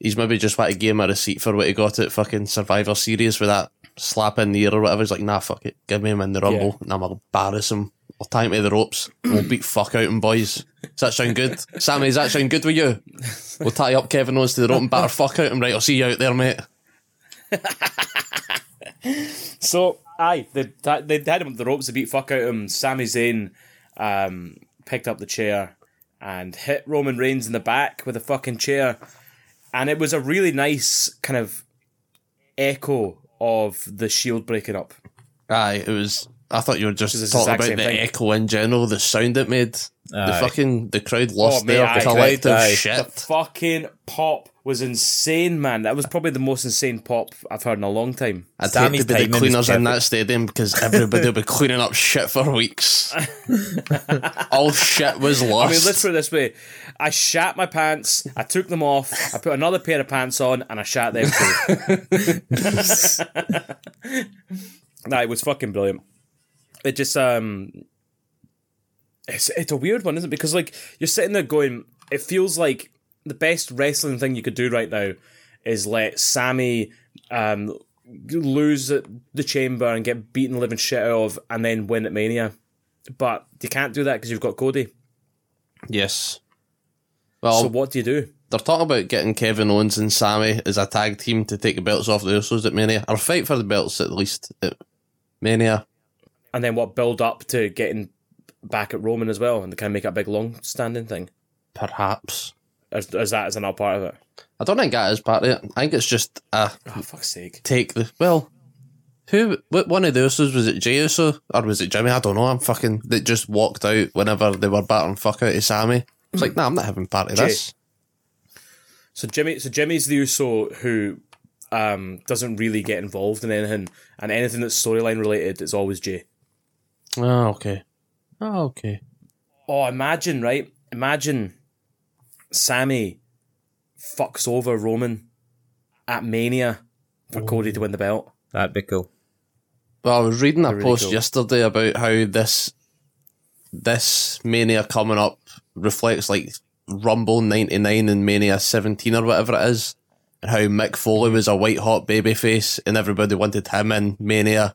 he's maybe just want to give him a receipt for what he got at fucking Survivor Series with that slap in the ear or whatever. He's like, nah, fuck it. Give me him in the rumble and I'm gonna embarrass him. I'll tie him to the ropes. and We'll beat fuck out him, boys. Does that sound good? Sammy, does that sound good with you? We'll tie up Kevin Owens to the rope and batter fuck out him. Right, I'll see you out there, mate. So, aye, they, they had him up the ropes, they beat fuck out of him. Sami Zayn um, picked up the chair and hit Roman Reigns in the back with a fucking chair. And it was a really nice kind of echo of the Shield breaking up. Aye, it was. I thought you were just It's the talking exact about the same thing. echo in general, the sound it made. The Aye. fucking the crowd lost Oh, mate, their aye, collective crowd, aye. shit. Fucking pop was insane, man. That was probably the most insane pop I've heard in a long time. I'd Sammy's hate to be timing the is cleaners in that perfect. stadium because everybody will be cleaning up shit for weeks. All shit was I mean, lost. let's put it this way: I shat my pants, I took them off, I put another pair of pants on, and I shat them too. nah, it was fucking brilliant. It just um, it's it's a weird one, isn't it? Because like you're sitting there going, it feels like the best wrestling thing you could do right now is let Sammy um lose at the chamber and get beaten the living shit out of, and then win at Mania. But you can't do that because you've got Cody. yes. Well, So what do you do? they're talking about getting Kevin Owens and Sammy as a tag team to take the belts off the Usos at Mania, or fight for the belts at least at Mania. And then what build up to getting back at Roman as well, and kind of make it a big long standing thing. Perhaps. As, as that is another part of it. I don't think that is part of it. I think it's just a Oh fuck's sake! take the well. Who? What one of the Usos was it? Jey Uso or was it Jimmy? I don't know. I'm fucking. That just walked out whenever they were battering fuck out of Sammy. It's like, nah, I'm not having part of this. So Jimmy, so Jimmy's the Uso who um, doesn't really get involved in anything, and anything that's storyline related, it's always Jay. Oh, okay. Oh, okay. Oh, imagine, right? Imagine Sammy fucks over Roman at Mania for Cody to win the belt. That'd be cool. Well, I was reading a really post cool. yesterday about how this this mania coming up reflects like Rumble '99 and Mania '17 or whatever it is, and how Mick Foley was a white hot babyface and everybody wanted him in Mania,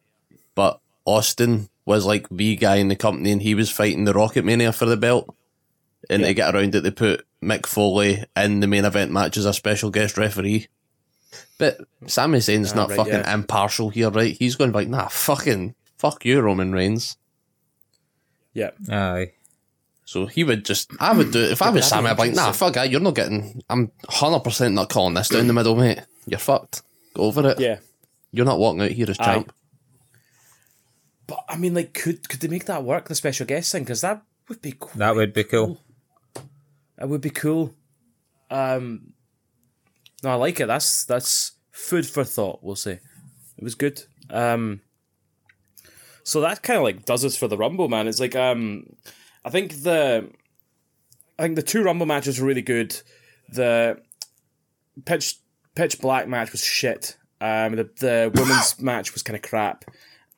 but Austin was like the guy in the company and he was fighting the Rocket Mania for the belt. And to get around it, they put Mick Foley in the main event match as a special guest referee. But Sami Zayn's not Ah, right, fucking yeah. impartial here, right? He's going like, nah, fucking, fuck you, Roman Reigns. Yeah, Aye. So he would just, I would do it. If I was Sammy, I'd be like, nah, fuck that, you're not getting, I'm 100% not calling this down the middle, mate. You're fucked. Go over it. yeah. You're not walking out here as champ. But I mean, like, could could they make that work? The special guest thing, because that would be cool. That would be cool. That would be cool. Um, no, I like it. That's that's food for thought. We'll say it was good. Um, so that kind of like does us for the Rumble, man. It's like um, I think the I think the two Rumble matches were really good. The pitch pitch black match was shit. Um, the the women's match was kind of crap,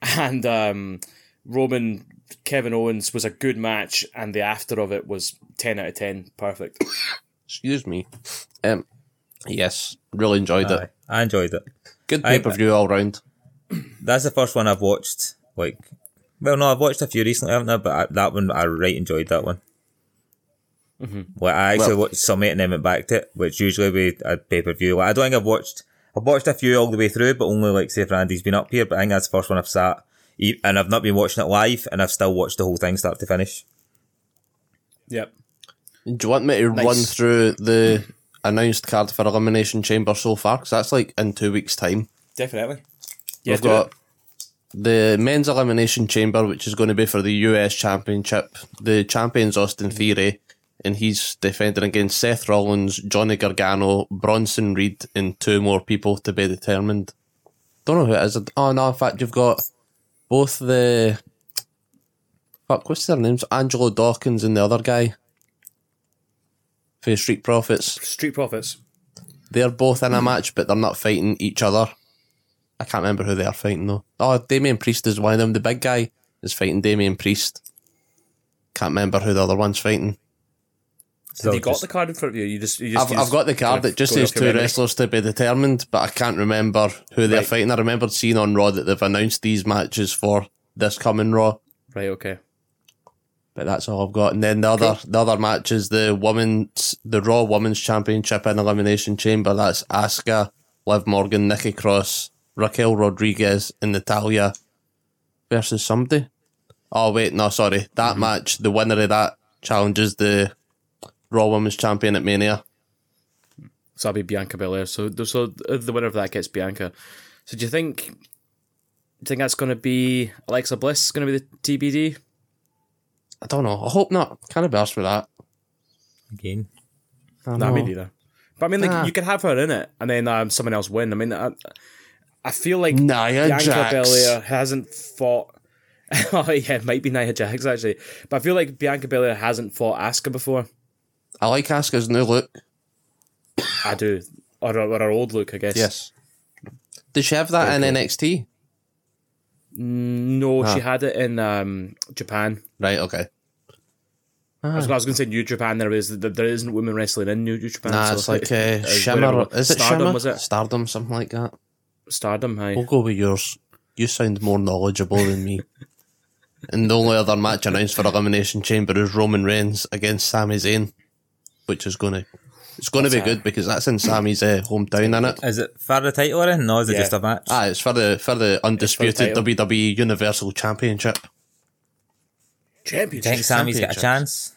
and um, Roman Kevin Owens was a good match, and the after of it was ten out of ten, perfect. Excuse me. Um, yes, really enjoyed Aye. it. I enjoyed it. Good Aye. pay per view all round. That's the first one I've watched. Like, well, no, I've watched a few recently, haven't I? But I, that one, I right enjoyed that one. Well, I actually Well- watched some of it and then went back to it, which usually we a pay per view. Like, I don't think I've watched. I've watched a few all the way through, but only like say if Randy's been up here. But I think that's the first one I've sat, e- and I've not been watching it live, and I've still watched the whole thing start to finish. Yep. Do you want me to run Nice. through the announced card for Elimination Chamber so far? Because that's like in two weeks' time. Definitely. Yeah, We've do got it. the men's elimination chamber, which is going to be for the US Championship. The champion's Austin Theory, and he's defending against Seth Rollins, Johnny Gargano, Bronson Reed, and two more people to be determined. Don't know who it is. Oh no! In fact, you've got both the fuck. What's their names? Angelo Dawkins and the other guy for the Street Profits. Street Profits. They're both in a match, but they're not fighting each other. I can't remember who they are fighting though. Oh, Damien Priest is one of them. The big guy is fighting Damien Priest. Can't remember who the other one's fighting. So Have you got just- the card in front of you? You just, you just, I've, you I've just got the kind card of that just go says off your two memory. wrestlers to be determined, but I can't remember who they're Right. fighting. I remembered seeing on Raw that they've announced these matches for this coming Raw, Right. Okay. but that's all I've got. And then the other the other match is the women's the Raw Women's Championship in Elimination Chamber. That's Asuka, Liv Morgan, Nikki Cross, Raquel Rodriguez, and Natalia versus somebody. Oh wait, no, sorry. That Mm-hmm. match, the winner of that challenges the Raw Women's Champion at Mania. So that'll be Bianca Belair. So, so the winner of that gets Bianca. So do you think? Do you think that's going to be Alexa Bliss? Going to be the TBD? I don't know. I hope not. Can't be asked for that. again? No, me neither. But I mean, like, Ah. you could have her in it, and then um, someone else win. I mean, I, I feel like Nia Bianca Jax. Belair hasn't fought. oh yeah, it might be Nia Jax actually, but I feel like Bianca Belair hasn't fought Asuka before. I like Asuka's new look. I do, or, her- or her old look, I guess. Did she have that in NXT? Mm, No, Ah. she had it in um, Japan. Right, okay. I was, I was going to say New Japan. There is there there isn't women wrestling in New Japan. Nah, so it's like it- it- uh, Shimmer. whatever. Is it Stardom? Shimmer? Was it Stardom, something like that. Stardom? Hi. We'll go with yours. You sound more knowledgeable than me. and the only other match announced for Elimination Chamber is Roman Reigns against Sami Zayn, which is going to it's going to be good because that's uh, in Sami's uh, hometown, is it? Is it for the title or anything? No, is it Yeah. just a match? Ah, it's for the for the undisputed title. WWE Universal Championship. Do you Championship. think Sammy's got a championships. chance?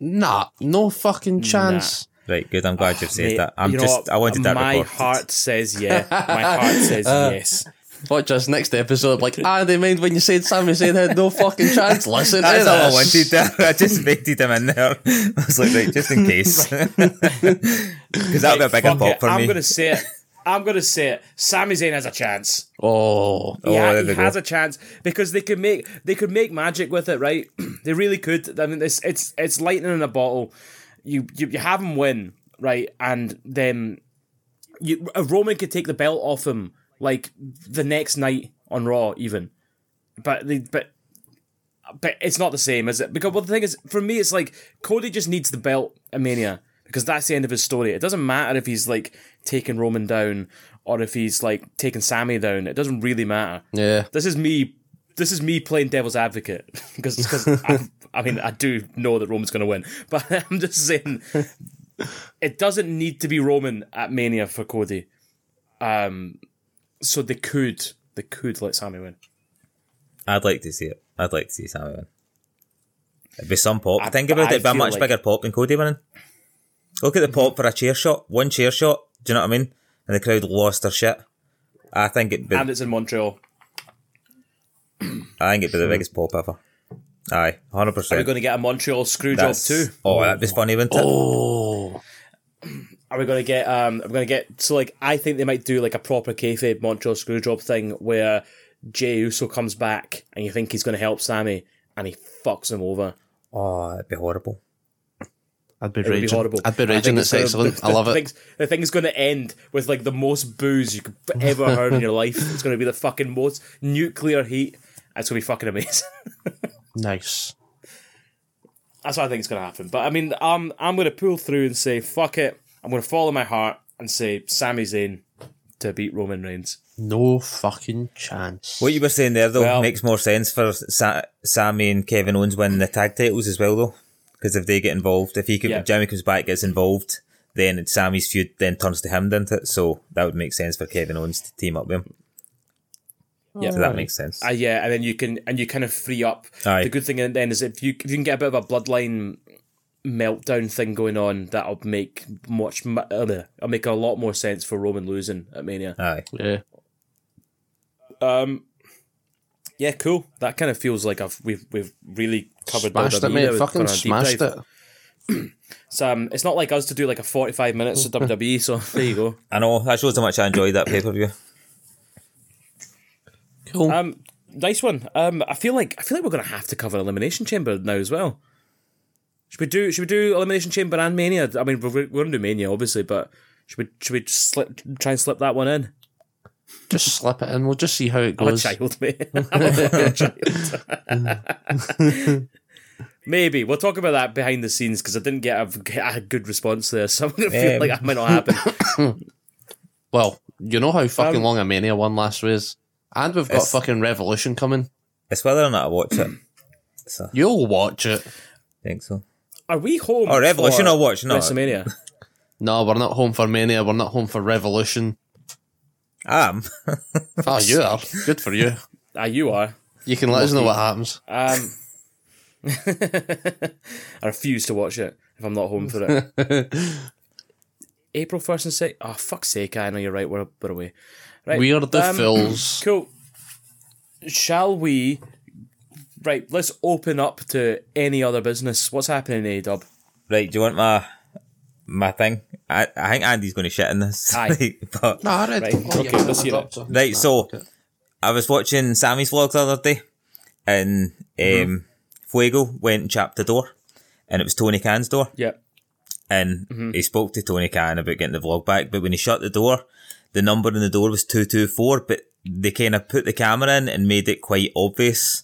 Nah, no fucking chance. Right, good. I'm glad you've said Ah, Mate, that. Uh, I'm you know just, what? I wanted that My recorded. heart says yeah. My heart says yes. Watch us next episode. Like, ah, they mind when you said Sami Zayn had no fucking chance. Listen to That's all I this. wanted there. I just invented him in there. I was like, right, just in case. Because that'll be a bigger Fuck pop it, for I'm me. gonna say it. I'm gonna say it. Sami Zayn has a chance. Oh, Oh, yeah, there he they go. has a chance because they could make they could make magic with it, right? they really could. I mean, it's it's it's lightning in a bottle. You you, you have him win, right, and then you, a Roman could take the belt off him like the next night on Raw, even. But they but. But it's not the same, is it? Because well, the thing is, for me, it's like Cody just needs the belt at Mania because that's the end of his story. It doesn't matter if he's like taking Roman down or if he's like taking Sammy down. It doesn't really matter yeah. this is me this is me playing devil's advocate because I, I mean I do know that Roman's going to win, but I'm just saying it doesn't need to be Roman at Mania for Cody. Um, so they could they could let Sammy win. I'd like to see it. I'd like to see Sammy win. It'd be some pop. I- Think about I it, it'd be a feel much like- bigger pop than Cody winning. Look at the pop for a chair shot. One chair shot. Do you know what I mean? And the crowd lost their shit. I think it'd be, And it's in Montreal. I think it'd be the biggest pop ever. Aye, Are hundred we percent. going to get a Montreal screw That's- job too? Oh, that'd be funny, wouldn't it? Oh, Are we going to get um? Are we going to get so like I think they might do like a proper kayfabe Montreal screw job thing where Jey Uso comes back and you think he's going to help Sammy and he fucks him over. Oh, that'd be horrible. I'd be It would be raging. horrible. I'd be raging. It's excellent. I love the it. Thing's, the thing's going to end with like the most booze you could ever heard in your life. It's going to be the fucking most nuclear heat. It's going to be fucking amazing. Nice. That's what I think is going to happen. But I mean, um, I'm going to pull through and say fuck it. I'm going to follow my heart and say Sami Zayn to beat Roman Reigns. No fucking chance. What you were saying there, though, Well- makes more sense for Sa- Sammy and Kevin Owens winning the tag titles as well, though, because if they get involved, if he could, Yeah. if Jimmy comes back, gets involved, then it's Sammy's feud then turns to him, doesn't it? So that would make sense for Kevin Owens to team up with him. Yeah. So that makes sense. Uh, yeah, and then you can and you kind of free up. Aye. The good thing then is if you if you can get a bit of a bloodline meltdown thing going on, that'll make much mu- uh, it'll make a lot more sense for Roman losing at Mania. Aye. Yeah. Um, yeah, cool. That kind of feels like I've we've we've really covered. E Smashed it, WWE mate. there. We've Fucking gone on a deep smashed dive. it. It's, um, it's not like us to do like a forty-five minutes of WWE. So there you go. I know. That shows how much I enjoyed that pay per view. Cool. Um, nice one. Um, I feel like I feel like we're gonna have to cover Elimination Chamber now as well. Should we do Should we do Elimination Chamber and Mania? I mean, we're, we're gonna do Mania obviously, but should we should we just slip, try and slip that one in? just slip it in. We'll just see how it I'm a goes. child, mate. I'm a fucking child. Maybe we'll talk about that behind the scenes because I didn't get a, get a good response there, so I'm gonna feel Um, like that might not happen. Well, you know how fucking Um, long a mania one last was, and we've got It's- fucking Revolution coming. It's whether or not I watch it. So, I You'll watch it. think so. Are we home? Oh, Revolution for I'll watch, no. WrestleMania. No, we're not home for mania. We're not home for Revolution. Um, Ah, you are. Good for you. Ah, you are. You can let us know what happens. Um, I refuse to watch it if I'm not home for it. April first and six. Oh fuck's sake! I know you're right. We're we're away. Right. We are the um, fools. Cool. Shall we? Right, let's open up to any other business. What's happening in AW? right. Do you want my my thing? I, I think Andy's going to shit in this. Aye. but No, I read. Right, okay, let's hear it. Right, so I was watching Sammy's vlog the other day, and um, Fuego went and chapped the door, and it was Tony Khan's door, Yeah. and he spoke to Tony Khan about getting the vlog back. But when he shut the door, the number in the door was two two four, but they kind of put the camera in and made it quite obvious,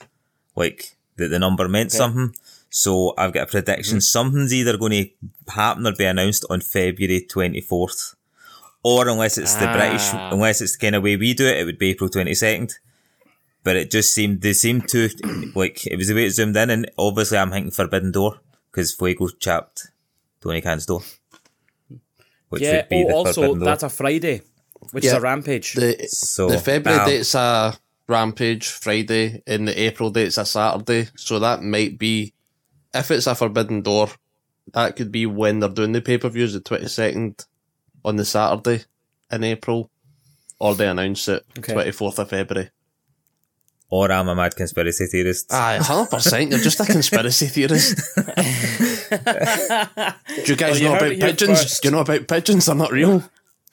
like that the number meant something. So I've got a prediction: something's either going to happen or be announced on February twenty fourth or unless it's the British, unless it's the kind of way we do it, it would be April twenty second. But it just seemed they seemed to like it was the way it zoomed in, and obviously I'm thinking Forbidden Door because Fuego chapped Tony Khan's door, which Yeah. would be Oh, the also, Forbidden Door. that's a Friday, which is Yeah. a rampage. The, So, the February um, date's a Rampage Friday, and the April date's a Saturday. So that might be, if it's a Forbidden Door, that could be when they're doing the pay per views, the 22nd on the Saturday in April. or they announce it Okay. 24th of February. Or I'm a mad conspiracy theorist. Ah. Aye, 100%. You're just a conspiracy theorist. Do you Well, guys you know heard about it here pigeons? first. Do you know about pigeons? They're not real.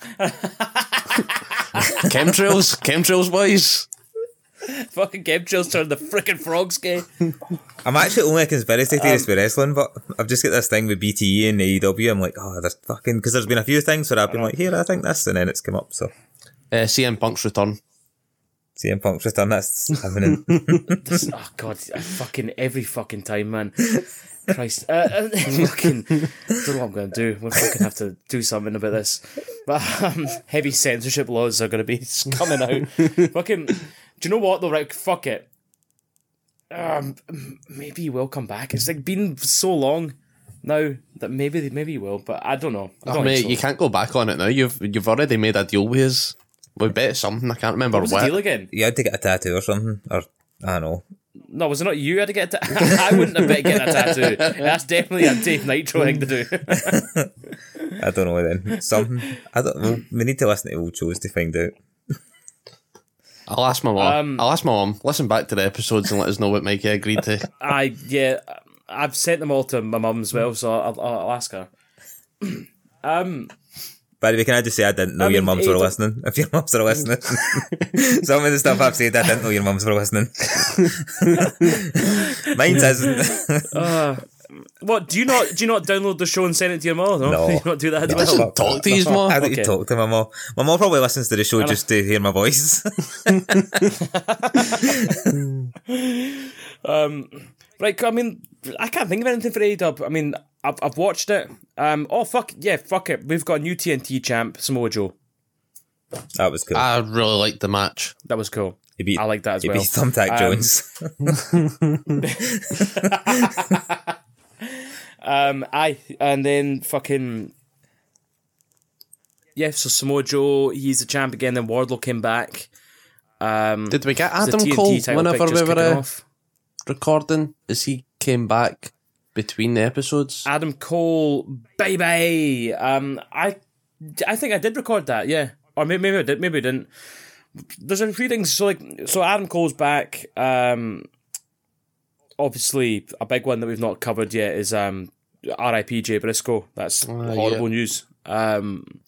chemtrails, chemtrails, boys. Fucking game trails turned the freaking frogs gay. I'm actually only a conspiracy Um, theorist with wrestling, but I've just got this thing with BTE and AEW. I'm like, oh, there's fucking because there's been a few things where I've been like, here, I think this, and then it's come up. So Uh, CM Punk's return. CM Punk's return, that's happening. I This- oh god, I fucking every fucking time, man. Christ, uh, uh, fucking don't know what I'm going to do. We'll fucking have to do something about this. But um, heavy censorship laws are going to be coming out. fucking, do you know what though? Right, fuck it. Um, maybe he will come back. It's like been so long now that maybe maybe he will, but I don't know. I don't Oh, mate, think so. you can't go back on it now. You've you've already made a deal with us. We bet something. I can't remember What what. was the deal again? you had to get a tattoo or something, or I don't know. No, was it not you who had to get a tattoo? I wouldn't have bet getting a tattoo. That's definitely a Dave Nitro thing to do. I don't know then something. I don't. Well, we need to listen to old shows to find out. I'll ask my mom. Um, I'll ask my mom. Listen back to the episodes and let us know what Mikey agreed to. I yeah, I've sent them all to my mum as well, so I'll, I'll ask her. By the way, can I just say I didn't know I your mean, mums were AEW listening? If your mums are listening, some of the stuff I've said, I didn't know your mums were listening. Mine isn't. What do you not do? You not download the show and send it to your mum? No, No. you not do that as well. Listen, talk to his mom. I think Okay. you talk to my mom. My mom probably listens to the show just to hear my voice. Right, I mean, I can't think of anything for AEW. I mean, I've, I've watched it. Um, oh fuck yeah, fuck it. We've got a new TNT champ, Samoa Joe. that was cool. I really liked the match. That was cool. He beat, I like that as he well. beat Thumbtack Um, Jones. Um, aye, and then fucking yeah. So Samoa Joe, he's the champ again. Then Wardlow came back. Um, Did we get the Adam TNT Cole title whenever we picture's were kicking uh, off. recording? As he came back between the episodes. Adam Cole, baby. Um, I, I think I did record that. Yeah, or maybe, maybe I did. Maybe I didn't. There's a few things. So like, so Adam Cole's back. Um, obviously, a big one that we've not covered yet is um, R.I.P. Jay Briscoe. That's Uh, horrible news. Um,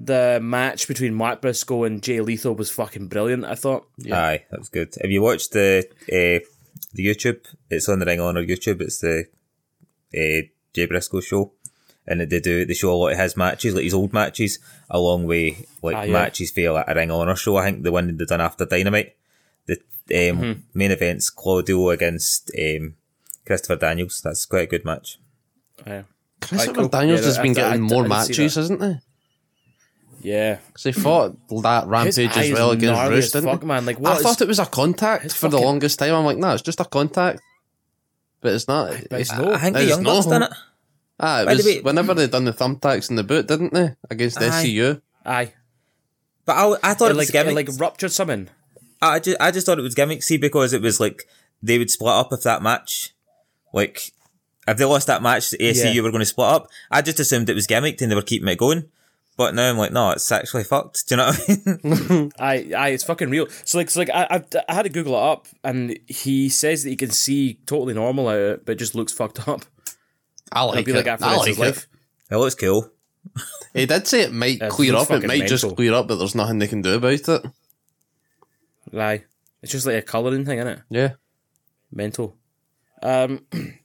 the match between Mark Briscoe and Jay Lethal was fucking brilliant. I thought. Aye, that was good. Have you watched the uh, the YouTube? It's on the Ring Honor YouTube. It's the uh, Jay Briscoe show, and they do they show a lot of his matches, like his old matches, along with like Ah, yeah. matches for like, a Ring Honor show. I think the one they done after Dynamite, the um, Mm-hmm. main events Claudio against um, Christopher Daniels. That's quite a good match. Yeah. Christopher cool. Daniels Yeah, has been I- I- getting I- more I did see matches, hasn't he? Yeah. Because he fought that His rampage eye as is well against gnarly Roos, as didn't fuck, he? man. Like, what I is- thought it was a contact his for the fucking- longest time. I'm like, nah, it's just a contact. But it's not. it's it's not. I think the It's Young not. Bucks done it. Ah, By it the was way- whenever they done the thumbtacks in the boot, didn't they? Against Aye. SCU. Aye. But I, I thought it, Like, was gimmicks. like ruptured something. I just, I just thought it was gimmicksy because it was like they would split up if that match, like, if they lost that match, the ACU Yeah. were going to split up. I just assumed it was gimmicked and they were keeping it going. But now I'm like, no, it's actually fucked. Do you know what I mean? I, I, it's fucking real. So like, so like, I, I, I had to Google it up, and he says that he can see totally normal out, of it, but it just looks fucked up. I It'll like be like it. that for the I rest of his like it. life. it looks cool. He did say it might Yeah, clear it's up. It fucking might just mental. clear up, but there's nothing they can do about it. Aye, it's just like a colouring thing, isn't it? Yeah. Mental. Um,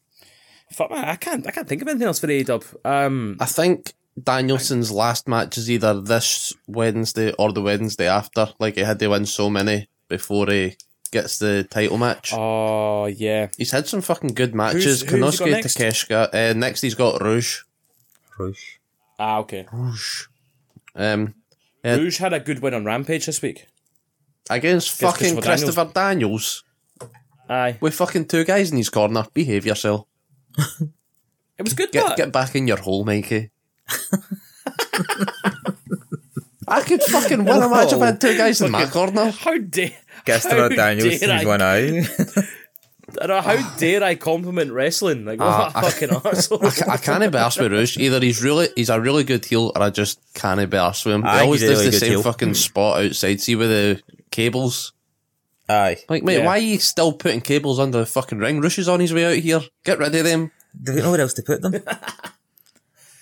fuck man, I can't, I can't think of anything else for A Dub. Um, I think Danielson's last match is either this Wednesday or the Wednesday after. Like, he had to win so many before he gets the title match. oh yeah, He's had some fucking good who's matches. he got Konosuke next? Takeshka. Uh, next, he's got Rouge. Roosh. ah okay. Uh, Um, Rouge had a good win on Rampage this week. against fucking Christopher Christopher Daniels. Aye, With fucking two guys in his corner. Behave yourself. it was good. Get but get back in your hole, Mikey. I could fucking win a match if I had two guys in my corner. how dare Guest about how Daniels dare and I his one eye. I know, how dare I compliment wrestling? Like, what a Ah, I- fucking arsehole. I, ca- I can't be arsed with Rouge. Either he's really he's a really good heel, or I just can't be arsed with him. Aye, He always he's a does really the good same heel. Hmm. fucking spot outside. See with the cables. Aye. Like, mate, Yeah. why are you still putting cables under the fucking ring? Rush is on his way out here. Get rid of them. Do we know where else to put them?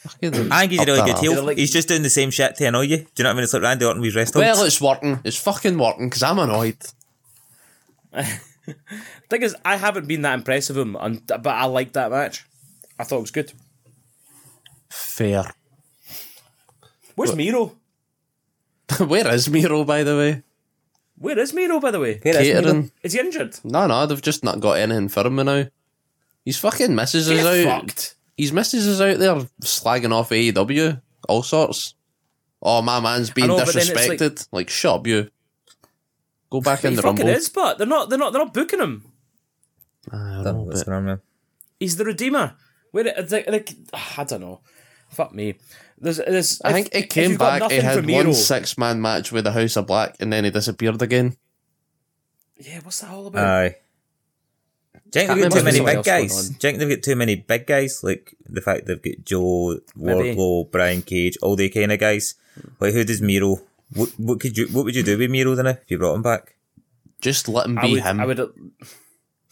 Fucking I think he's a up really that good ass. heel. They're like- he's just doing the same shit to annoy you. Do you know what I mean? It's like Randy Orton with his wrestling. Well, it's working. It's fucking working because I'm annoyed. thing is, I haven't been that impressed with him, and, but I liked that match. I thought it was good. Fair. Where's Miro? Where is Miro, by the way? Where is Miro, by the way? Where is Miro? Catering. Is he injured? No, no, they've just not got anything for him now. He's fucking misses is Get out. fucked. His missus is out there slagging off AEW, all sorts. Oh, my man's being know, but then it's like- disrespected. Like, shut up, you. Go back in He the fucking rumble. is, but they're not. They're not. They're not booking him. I Don't know don't know, what's but going on, man. He's the redeemer. Where it, it's like, like, ah, I don't know. Fuck me. There's, there's, I think if- it if came you've got back. It nothing had from Miro- one six man match with the House of Black, and then he disappeared again. Yeah, what's that all Uh, about? Aye. Do you think Can't Uh, they've got too remember many what big else going guys? on. Do you think they've got too many big guys? Like the fact they've got Joe, Maybe. Wardlow, Brian Cage, all they kind of guys. Like who does Miro? What, what could you? What would you do with Miro then if you brought him back? Just let him be I would, him. I would uh,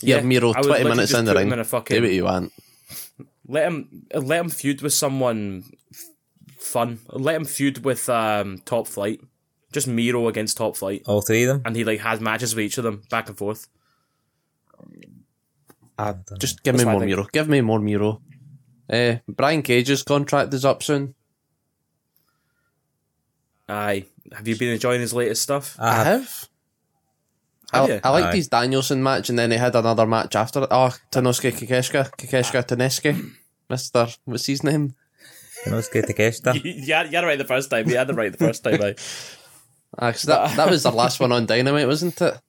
yeah, Miro, I would twenty literally minutes just in the put him ring. in a fucking- Do what you want. let him uh, let him feud with someone f- fun. Let him feud with um, Top Flight. Just Miro against Top Flight, All three of them. and he like has matches with each of them back and forth. Just give me That's what I more think. Miro. Give me more Miro. Uh, Brian Cage's contract is up soon. Aye, have you been enjoying his latest stuff? I have. have. Have I, you? I liked Aye. his Danielson match, and then he had another match after it. Oh, Tanosuke Kikeshka, Kikeshka Taneski, Mister, what's his name? You know, it's good to catch that. yeah, you had it right the first time. You had it right the first time. Aye. Ah, 'cause that, that was the last one on Dynamite, wasn't it?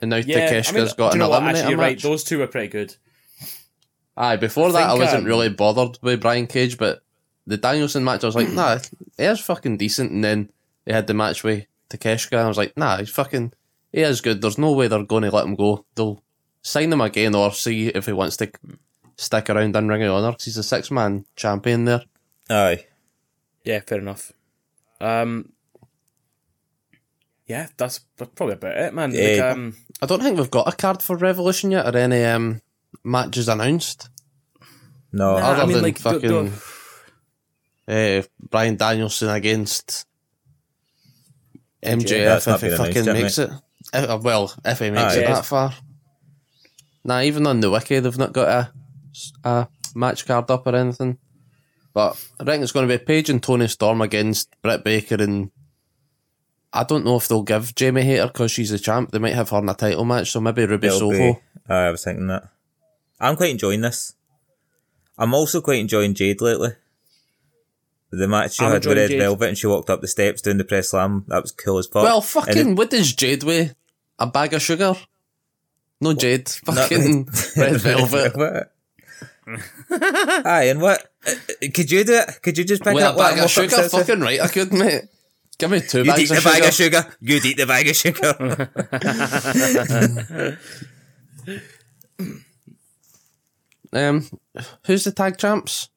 And now Yeah, Takeshka's I mean, got do an you know what? Actually, eliminator you're right. match. Those two were pretty good. Aye, before that, I think, wasn't um, really bothered with Brian Cage, but the Danielson match, I was like, nah, he is fucking decent. And then they had the match with Takeshka, and I was like, nah, he's fucking, he is good. There's no way they're going to let him go. They'll sign him again or see if he wants to stick around in Ring of Honor because he's a six man champion there. Aye. Yeah, fair enough. Um, yeah, that's probably about it, man. Like, Yeah. um, I don't think we've got a card for Revolution yet or any um, matches announced No. Nah. I other mean, than like, do- fucking do- eh, Brian Danielson against That's MJF not if he been fucking announced, makes it. Eh, uh, well, if he makes Aye. it Yeah. that far. Nah, even on the wiki, they've not got a, a match card up or anything. But I think it's going to be Paige and Tony Storm against Britt Baker and. I don't know if they'll give Jamie Hayter because she's the champ. They might have her in a title match, so maybe Ruby It'll Soho. be- Aye, I was thinking that. I'm quite enjoying this. I'm also quite enjoying Jade lately. The match she I'm had with enjoying Red Jade. Velvet and she walked up the steps doing the press slam. That was cool as fuck. Well, And fucking, what does Jade weigh? A bag of sugar? No, Jade. Fucking red velvet. Aye, and what? uh, Could you do it? Could you just pick With up a what bag I of walk sugar? upstairs with? Fucking right, I could, mate. Give me two You'd eat bags the of bag sugar. of sugar. You'd eat the bag of sugar. Um, who's the tag champs?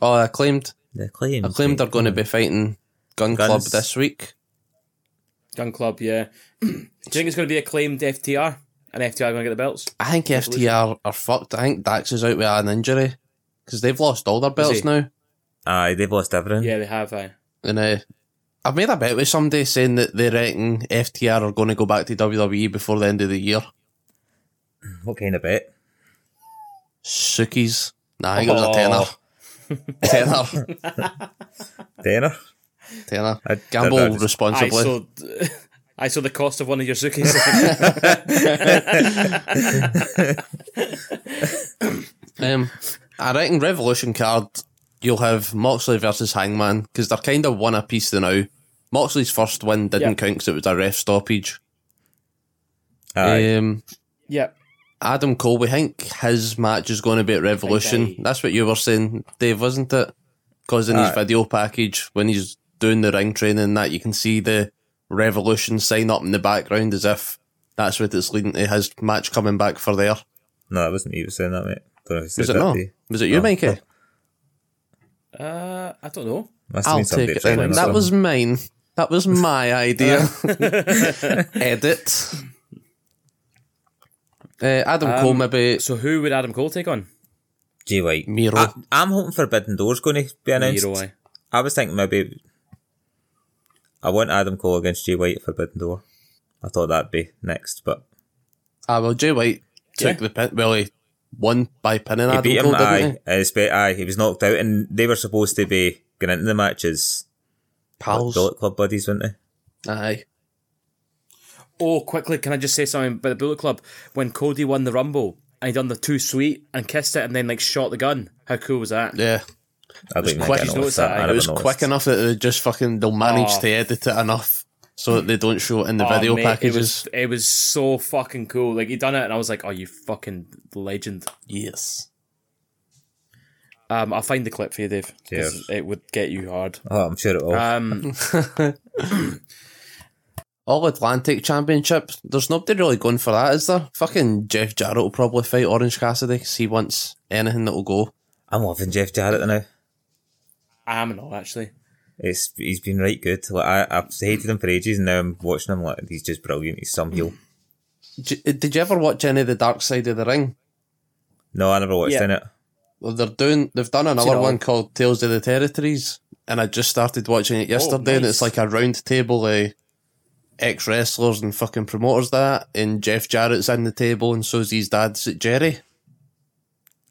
Oh, acclaimed. the claim. Acclaimed are going to be fighting Gun Guns. Club this week. Gun Club, yeah. Do you think it's going to be acclaimed FTR? And FTR going to get the belts? I think FTR are fucked. I think Dax is out with an injury because they've lost all their belts he? now. Aye, they've lost everything. Yeah, they have. Aye. And uh, I've made a bet with somebody saying that they reckon FTR are going to go back to WWE before the end of the year. What kind of bet? Sookies. Nah, I think it was a tenner. tenner. Dinner. Tenner. I- Gamble I- I just- I responsibly. so I saw the cost of one of your suitcases. um, I reckon Revolution card, you'll have Moxley versus Hangman, because they're kind of one apiece the now. Moxley's first win didn't Yeah. count because it was a ref stoppage. Aye. Um, yep. Adam Cole, we think his match is going to be at Revolution. Aye. That's what you were saying, Dave, wasn't it? Because in his Aye. video package, when he's doing the ring training, and that you can see the Revolution sign up in the background as if That's what it's leading to his match coming back for there. No, it wasn't me who was saying that, mate. Don't know if you said Was it that not? to you. Was it you, No. Mikey? Uh, I don't know. Must have I'll been somebody take it saying then. or That something. was mine. That was my idea. Um, Edit. Uh, Adam Cole, maybe. So who would Adam Cole take on? Jay White. Miro. I, I'm hoping Forbidden Door's going to be announced. Miro, aye. I was thinking maybe I want Adam Cole against Jay White at Forbidden Door. I thought that'd be next, but Ah, well, Jay White took Yeah. the pin. Well, he won by pinning he Adam beat him. Cole, didn't Aye, he? I expect, aye, he was knocked out, and they were supposed to be going into the matches. Pals. Bullet Club buddies, weren't they? Aye. Oh, quickly, can I just say something about the Bullet Club? When Cody won the Rumble and he done the two sweet and kissed it and then like shot the gun. How cool was that? Yeah. I don't even quick. think I She's noticed noticed that. that, I aye. never it was noticed. quick enough that they just fucking they'll manage Oh. to edit it enough so that they don't show it in the Oh, video mate, packages. It was, it was so fucking cool. Like he done it, and I was like, "Oh, you fucking legend!" yes. Um, I'll find the clip for you, Dave. 'cause It would get you hard. Oh, I'm sure it will. Um, All Atlantic Championship. There's nobody really going for that, is there? Fucking Jeff Jarrett will probably fight Orange Cassidy because he wants anything that'll go. I'm loving Jeff Jarrett now. I'm not actually. It's he's been right good. Like I, I've hated him for ages, and now I'm watching him. Like he's just brilliant. He's some heel. J- did you ever watch any of the Dark Side of the Ring? No, I never watched Yeah. in it. Well, they're doing. They've done Seen it another all. one called Tales of the Territories, and I just started watching it yesterday. And Oh, nice. it's like a round table of ex wrestlers and fucking promoters that, and Jeff Jarrett's in the table, and so's his dad's at Jerry.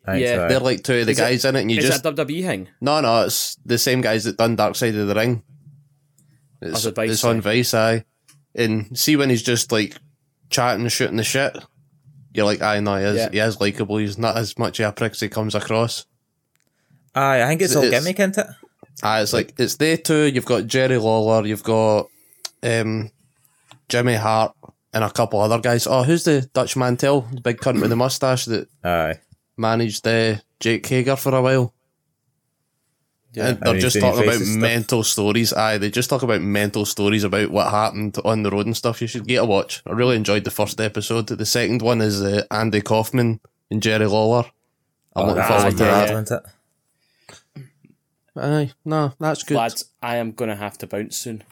Thanks, Yeah, aye. They're like two of the Is it- guys in it, and you Is just that a WWE thing? no, no. It's the same guys that done Dark Side of the Ring. It's, As a Vice, it's on aye. Vice, aye. And see when he's just like chatting and shooting the shit. You're like, aye, no, he is, Yeah. he is likable. He's not as much of a prick as he comes across. Aye, I think it's all It's- gimmick, isn't it? Ah, it's like it's they two. You've got Jerry Lawler, you've got um, Jimmy Hart, and a couple other guys. Oh, who's the Dutch Mantel, the big cunt with the mustache that Aye. managed uh, Jake Hager for a while? Yeah, and they're mean, just he's doing talking about faces and stuff. mental stories. Aye, they just talk about mental stories about what happened on the road and stuff. You should get a watch. I really enjoyed the first episode. The second one is uh, Andy Kaufman and Jerry Lawler. I'm looking Oh, That's forward to mad, that. yeah. isn't it? Aye, no, that's good. Lads, I am gonna have to bounce soon.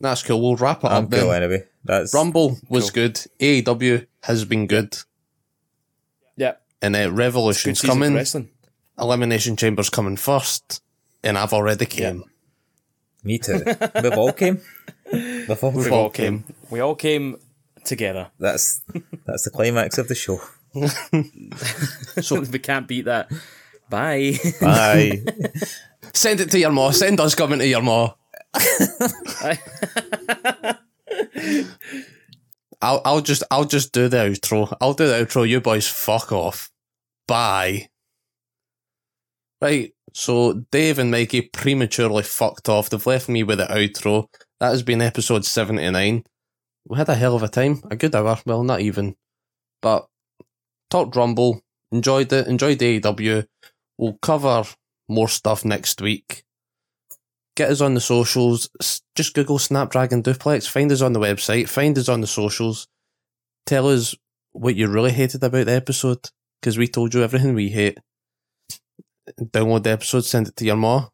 That's cool. We'll wrap it I'm up then. cool anyway. That's Rumble was good. AEW has been good. Yeah, And uh, good Revolution's season for coming. wrestling. Elimination Chamber's coming first. And I've already came. me too. We've all came. We've all We've came. all came. We all came together. That's that's the climax of the show. we can't beat that. Bye. Aye. Send it to your ma. Send us coming to your ma. I'll, I'll just I'll just do the outro. I'll do the outro. You boys fuck off. Bye. Right. So Dave and Mikey prematurely fucked off. They've left me with the outro. That has been episode seventy nine. We had a hell of a time. A good hour. Well, not even. But talked Rumble. Enjoyed it. Enjoyed AEW. We'll cover more stuff next week. Get us on the socials. S- Just Google Snapdragon Duplex. Find us on the website. Find us on the socials. Tell us what you really hated about the episode because we told you everything we hate. Download the episode. Send it to your ma.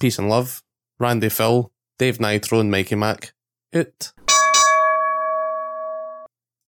Peace and love. Randy Phil, Dave Nitro, and Mikey Mac. Out.